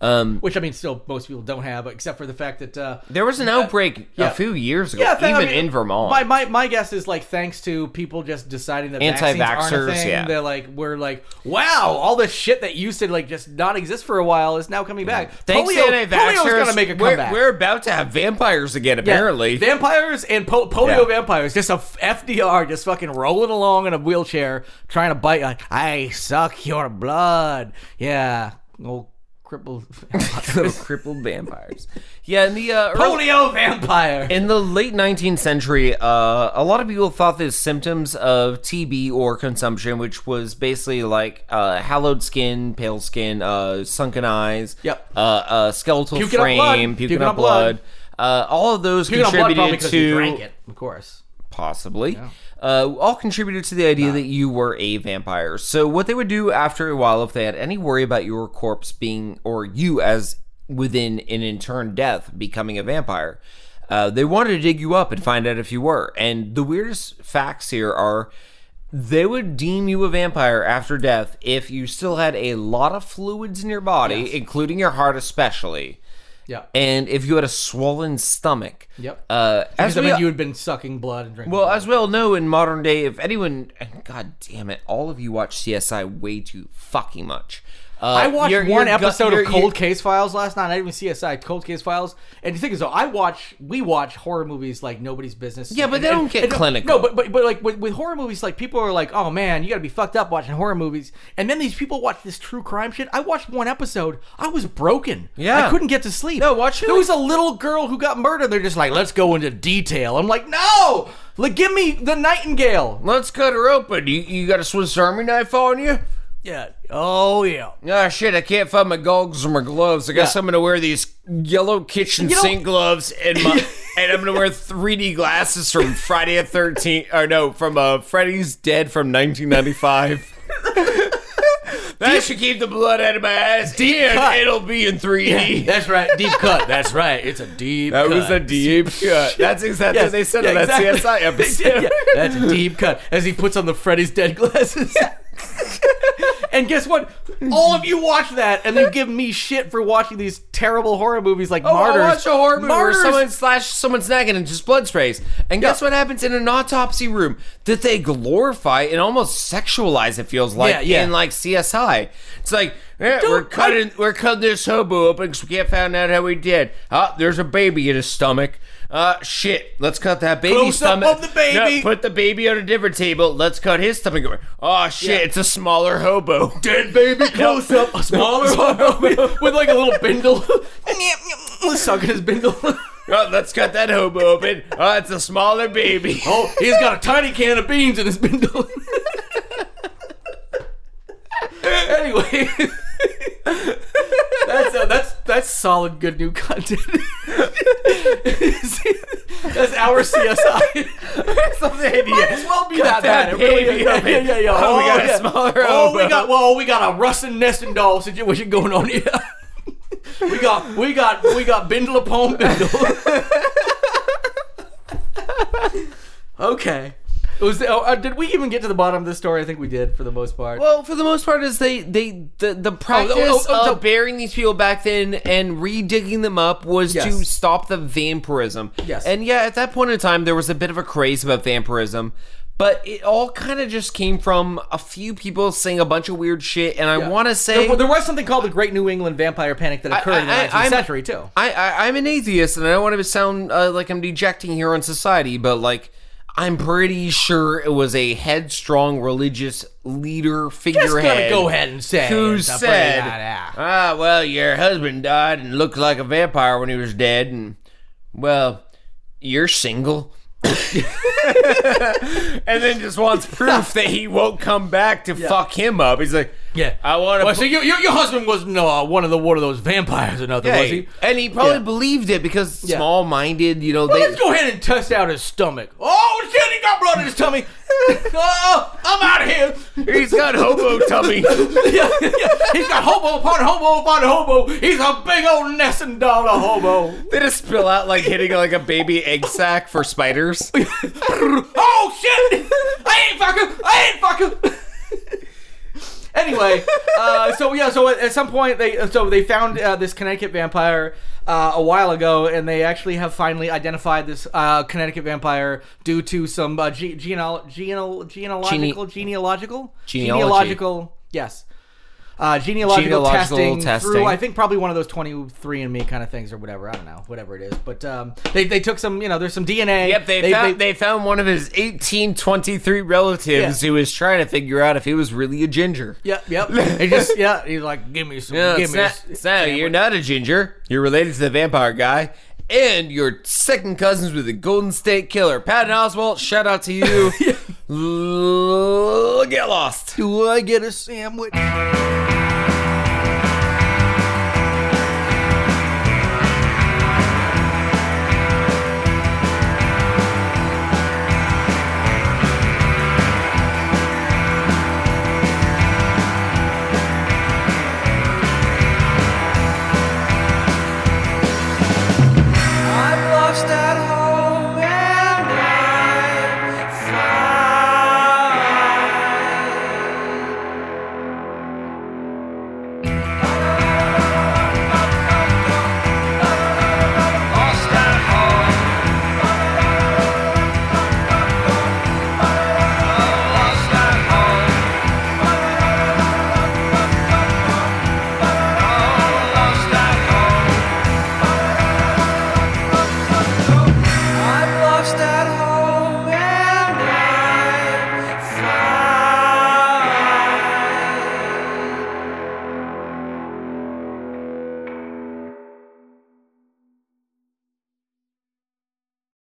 [SPEAKER 2] Um,
[SPEAKER 3] which I mean, still most people don't have, except for the fact that uh,
[SPEAKER 2] there was an outbreak
[SPEAKER 3] yeah.
[SPEAKER 2] a few years ago,
[SPEAKER 3] Yeah, thank- I
[SPEAKER 2] even
[SPEAKER 3] mean,
[SPEAKER 2] in Vermont.
[SPEAKER 3] My, my my guess is like thanks to people just deciding that anti
[SPEAKER 2] Anti-vaxxers,
[SPEAKER 3] vaxxers, thing,
[SPEAKER 2] yeah.
[SPEAKER 3] they're like we're like wow, all the shit that used to like just not exist for a while is now coming back.
[SPEAKER 2] Thanks
[SPEAKER 3] polio,
[SPEAKER 2] to anti-vaxxers,
[SPEAKER 3] polio's gonna make a
[SPEAKER 2] we're-
[SPEAKER 3] comeback.
[SPEAKER 2] We're, about to have vampires again,
[SPEAKER 3] Yeah,
[SPEAKER 2] apparently.
[SPEAKER 3] vampires and po- polio
[SPEAKER 2] Yeah.
[SPEAKER 3] vampires, just a f- FDR, just fucking rolling along in a wheelchair, trying to bite. Like I suck your blood. Yeah, old crippled
[SPEAKER 2] Little crippled vampires. Yeah, in the uh, early-
[SPEAKER 3] polio vampire.
[SPEAKER 2] in the late 19th century, uh, a lot of people thought that symptoms of TB or consumption, which was basically like uh, hallowed skin, pale skin, uh, sunken eyes,
[SPEAKER 3] Yep.
[SPEAKER 2] uh, uh, skeletal
[SPEAKER 3] Puking up
[SPEAKER 2] frame,
[SPEAKER 3] blood.
[SPEAKER 2] puking,
[SPEAKER 3] Puking
[SPEAKER 2] up
[SPEAKER 3] up blood.
[SPEAKER 2] blood. Uh, all of those
[SPEAKER 3] You're gonna blood
[SPEAKER 2] contributed
[SPEAKER 3] probably because
[SPEAKER 2] to
[SPEAKER 3] you drank it, of course.
[SPEAKER 2] possibly, uh, all contributed to the idea that you were a vampire. So, what they would do after a while, if they had any worry about your corpse being, or you as within an interned death becoming a vampire, uh, they wanted to dig you up and find out if you were. And the weirdest facts here are. They would deem you a vampire after death if you still had a lot of fluids in your body, including your heart, especially,
[SPEAKER 3] Yeah.
[SPEAKER 2] and if you had a swollen stomach.
[SPEAKER 3] Yep.
[SPEAKER 2] Uh, as
[SPEAKER 3] Because I
[SPEAKER 2] we,
[SPEAKER 3] mean, you had been sucking blood and drinking.
[SPEAKER 2] well,
[SPEAKER 3] blood.
[SPEAKER 2] as we all know, in modern day, if anyone, and god damn it, all of you watch CSI way too fucking much. Uh,
[SPEAKER 3] I watched
[SPEAKER 2] you're-
[SPEAKER 3] one
[SPEAKER 2] you're gu-
[SPEAKER 3] episode
[SPEAKER 2] you're-
[SPEAKER 3] of Cold
[SPEAKER 2] you're-
[SPEAKER 3] Case Files last night. I didn't even CSI Cold Case Files. And the thing is, though, I watch we watch horror movies like nobody's business.
[SPEAKER 2] Yeah, but they
[SPEAKER 3] And-
[SPEAKER 2] don't
[SPEAKER 3] and-
[SPEAKER 2] get
[SPEAKER 3] and no-
[SPEAKER 2] clinical.
[SPEAKER 3] No, but but, but like with, with horror movies, like people are like, oh man, you got to be fucked up watching horror movies. And then these people watch this true crime shit. I watched one episode. I was broken.
[SPEAKER 2] Yeah.
[SPEAKER 3] I couldn't get to sleep.
[SPEAKER 2] No, watch
[SPEAKER 3] There
[SPEAKER 2] who-
[SPEAKER 3] was a little girl who got murdered. They're just like, let's go into detail. I'm like, no, like give me the nightingale.
[SPEAKER 2] Let's cut her open. You, you got a Swiss Army knife on you?
[SPEAKER 3] Yeah. Oh yeah.
[SPEAKER 2] Ah, shit, I can't find my goggles or my gloves. I guess
[SPEAKER 3] Yeah.
[SPEAKER 2] I'm going to wear these yellow kitchen
[SPEAKER 3] You know-
[SPEAKER 2] sink gloves and my. And I'm gonna wear 3D glasses from Friday the 13th, or no, from uh, Freddy's Dead from 1995. that should keep the blood out of my eyes, and
[SPEAKER 3] cut.
[SPEAKER 2] it'll be in 3D.
[SPEAKER 3] That's right. Deep cut. That's right. It's a deep
[SPEAKER 2] That
[SPEAKER 3] cut.
[SPEAKER 2] was a deep cut. That's exactly what
[SPEAKER 3] Yes,
[SPEAKER 2] they said
[SPEAKER 3] yeah,
[SPEAKER 2] on that
[SPEAKER 3] exactly.
[SPEAKER 2] CSI episode.
[SPEAKER 3] Yeah, that's a deep cut. As he puts on the Freddy's dead glasses. and guess what? All of you watch that and you give me shit for watching these terrible horror movies
[SPEAKER 2] Oh,
[SPEAKER 3] like Martyrs.
[SPEAKER 2] I watched a horror movie
[SPEAKER 3] Martyrs.
[SPEAKER 2] where someone slashed someone's neck and it just blood sprays. And guess
[SPEAKER 3] Yeah.
[SPEAKER 2] what happens in an autopsy room that they glorify and almost sexualize? It feels like
[SPEAKER 3] Yeah, yeah.
[SPEAKER 2] in like CSI. It's like eh, we're
[SPEAKER 3] Don't-
[SPEAKER 2] cutting we're cutting this hobo open because we can't find out how he did. Ah, there's a baby in his stomach. Uh, shit. Let's cut that baby
[SPEAKER 3] Close up
[SPEAKER 2] stomach.
[SPEAKER 3] of the baby.
[SPEAKER 2] No, put the baby on a different table. Let's cut his stomach. open. Oh shit!
[SPEAKER 3] Yeah.
[SPEAKER 2] It's a smaller hobo. Dead baby
[SPEAKER 3] Close up, a smaller one with like a little bindle, sucking his bindle.
[SPEAKER 2] Oh, let's cut that hobo open. Oh, it's a smaller baby.
[SPEAKER 3] Oh, he's got a tiny can of beans in his bindle. anyway, that's uh, that's that's solid good new content. that's our CSI. Might as well be that bad. It really is. Yeah, yeah, yeah, yeah.
[SPEAKER 2] Oh, we got a
[SPEAKER 3] yeah.
[SPEAKER 2] smaller
[SPEAKER 3] Oh, we
[SPEAKER 2] elbow.
[SPEAKER 3] got well, we got a Russian nesting doll situation going on here. we got we got we got bindle upon bindle. okay. It was oh, uh, did we even get to the bottom of this story? I think we did for the most part.
[SPEAKER 2] Well, for the most part, is they they the the practice
[SPEAKER 3] oh, oh,
[SPEAKER 2] of
[SPEAKER 3] the-
[SPEAKER 2] burying these people back then and redigging them up was to
[SPEAKER 3] Yes.
[SPEAKER 2] stop the vampirism.
[SPEAKER 3] Yes.
[SPEAKER 2] and yeah, at that point in time, there was a bit of a craze about vampirism. But it all kind of just came from a few people saying a bunch of weird shit, and I want to say
[SPEAKER 3] there, there was something called the Great New England Vampire Panic that occurred in the 19th
[SPEAKER 2] I'm-
[SPEAKER 3] century too.
[SPEAKER 2] I, I I'm an atheist, and I don't want to sound uh, like I'm dejecting here on society, but like I'm pretty sure it was a headstrong religious leader
[SPEAKER 3] Just gotta
[SPEAKER 2] figurehead.
[SPEAKER 3] go ahead and say
[SPEAKER 2] Who
[SPEAKER 3] it's a pretty
[SPEAKER 2] said,
[SPEAKER 3] bad act.
[SPEAKER 2] "Ah, well, your husband died and looked like a vampire when he was dead, and well, you're single." and then just wants proof that he won't come back to fuck him up. He's like,
[SPEAKER 3] Yeah.
[SPEAKER 2] I want to
[SPEAKER 3] Well, so your your your husband was no uh, one of the one of those vampires or nothing,
[SPEAKER 2] Yeah,
[SPEAKER 3] was he?
[SPEAKER 2] And he probably
[SPEAKER 3] Yeah.
[SPEAKER 2] believed it because small minded, you know, they
[SPEAKER 3] Let's go ahead and test out his stomach. Oh shit, he got blood in his tummy. oh, I'm out of here.
[SPEAKER 2] he's got hobo tummy.
[SPEAKER 3] Yeah, yeah. He's got hobo upon hobo upon hobo. He's a big old nesting doll of hobo.
[SPEAKER 2] they just spill out like hitting like a baby egg sack for spiders.
[SPEAKER 3] oh shit! I ain't fucking. I ain't fucking. anyway, uh, so yeah, so at, at some point they so they found uh, this Connecticut vampire uh, a while ago, and they actually have finally identified this uh, Connecticut vampire due to some uh, ge- geneal- geneal- genealogical genealogical
[SPEAKER 2] Genealogy.
[SPEAKER 3] genealogical yes. Uh, genealogical,
[SPEAKER 2] Genealogical
[SPEAKER 3] testing,
[SPEAKER 2] testing.
[SPEAKER 3] through, I think, probably one of those 23andMe kind of things or whatever. I don't know, whatever it is. But um, they, they took some, you know, there's some DNA.
[SPEAKER 2] Yep, they, found they, found one of his 1823 relatives
[SPEAKER 3] Yeah.
[SPEAKER 2] who was trying to figure out if he was really a ginger.
[SPEAKER 3] Yep, yep. He just yeah, he's like, give me some,
[SPEAKER 2] No,
[SPEAKER 3] give
[SPEAKER 2] it's
[SPEAKER 3] me.
[SPEAKER 2] not,
[SPEAKER 3] s-
[SPEAKER 2] it's not- you're not a ginger. You're related to the vampire guy. And you're second cousins with the Golden State Killer. Patton Oswalt, shout out to you. L- Get lost.
[SPEAKER 3] Do I get a sandwich?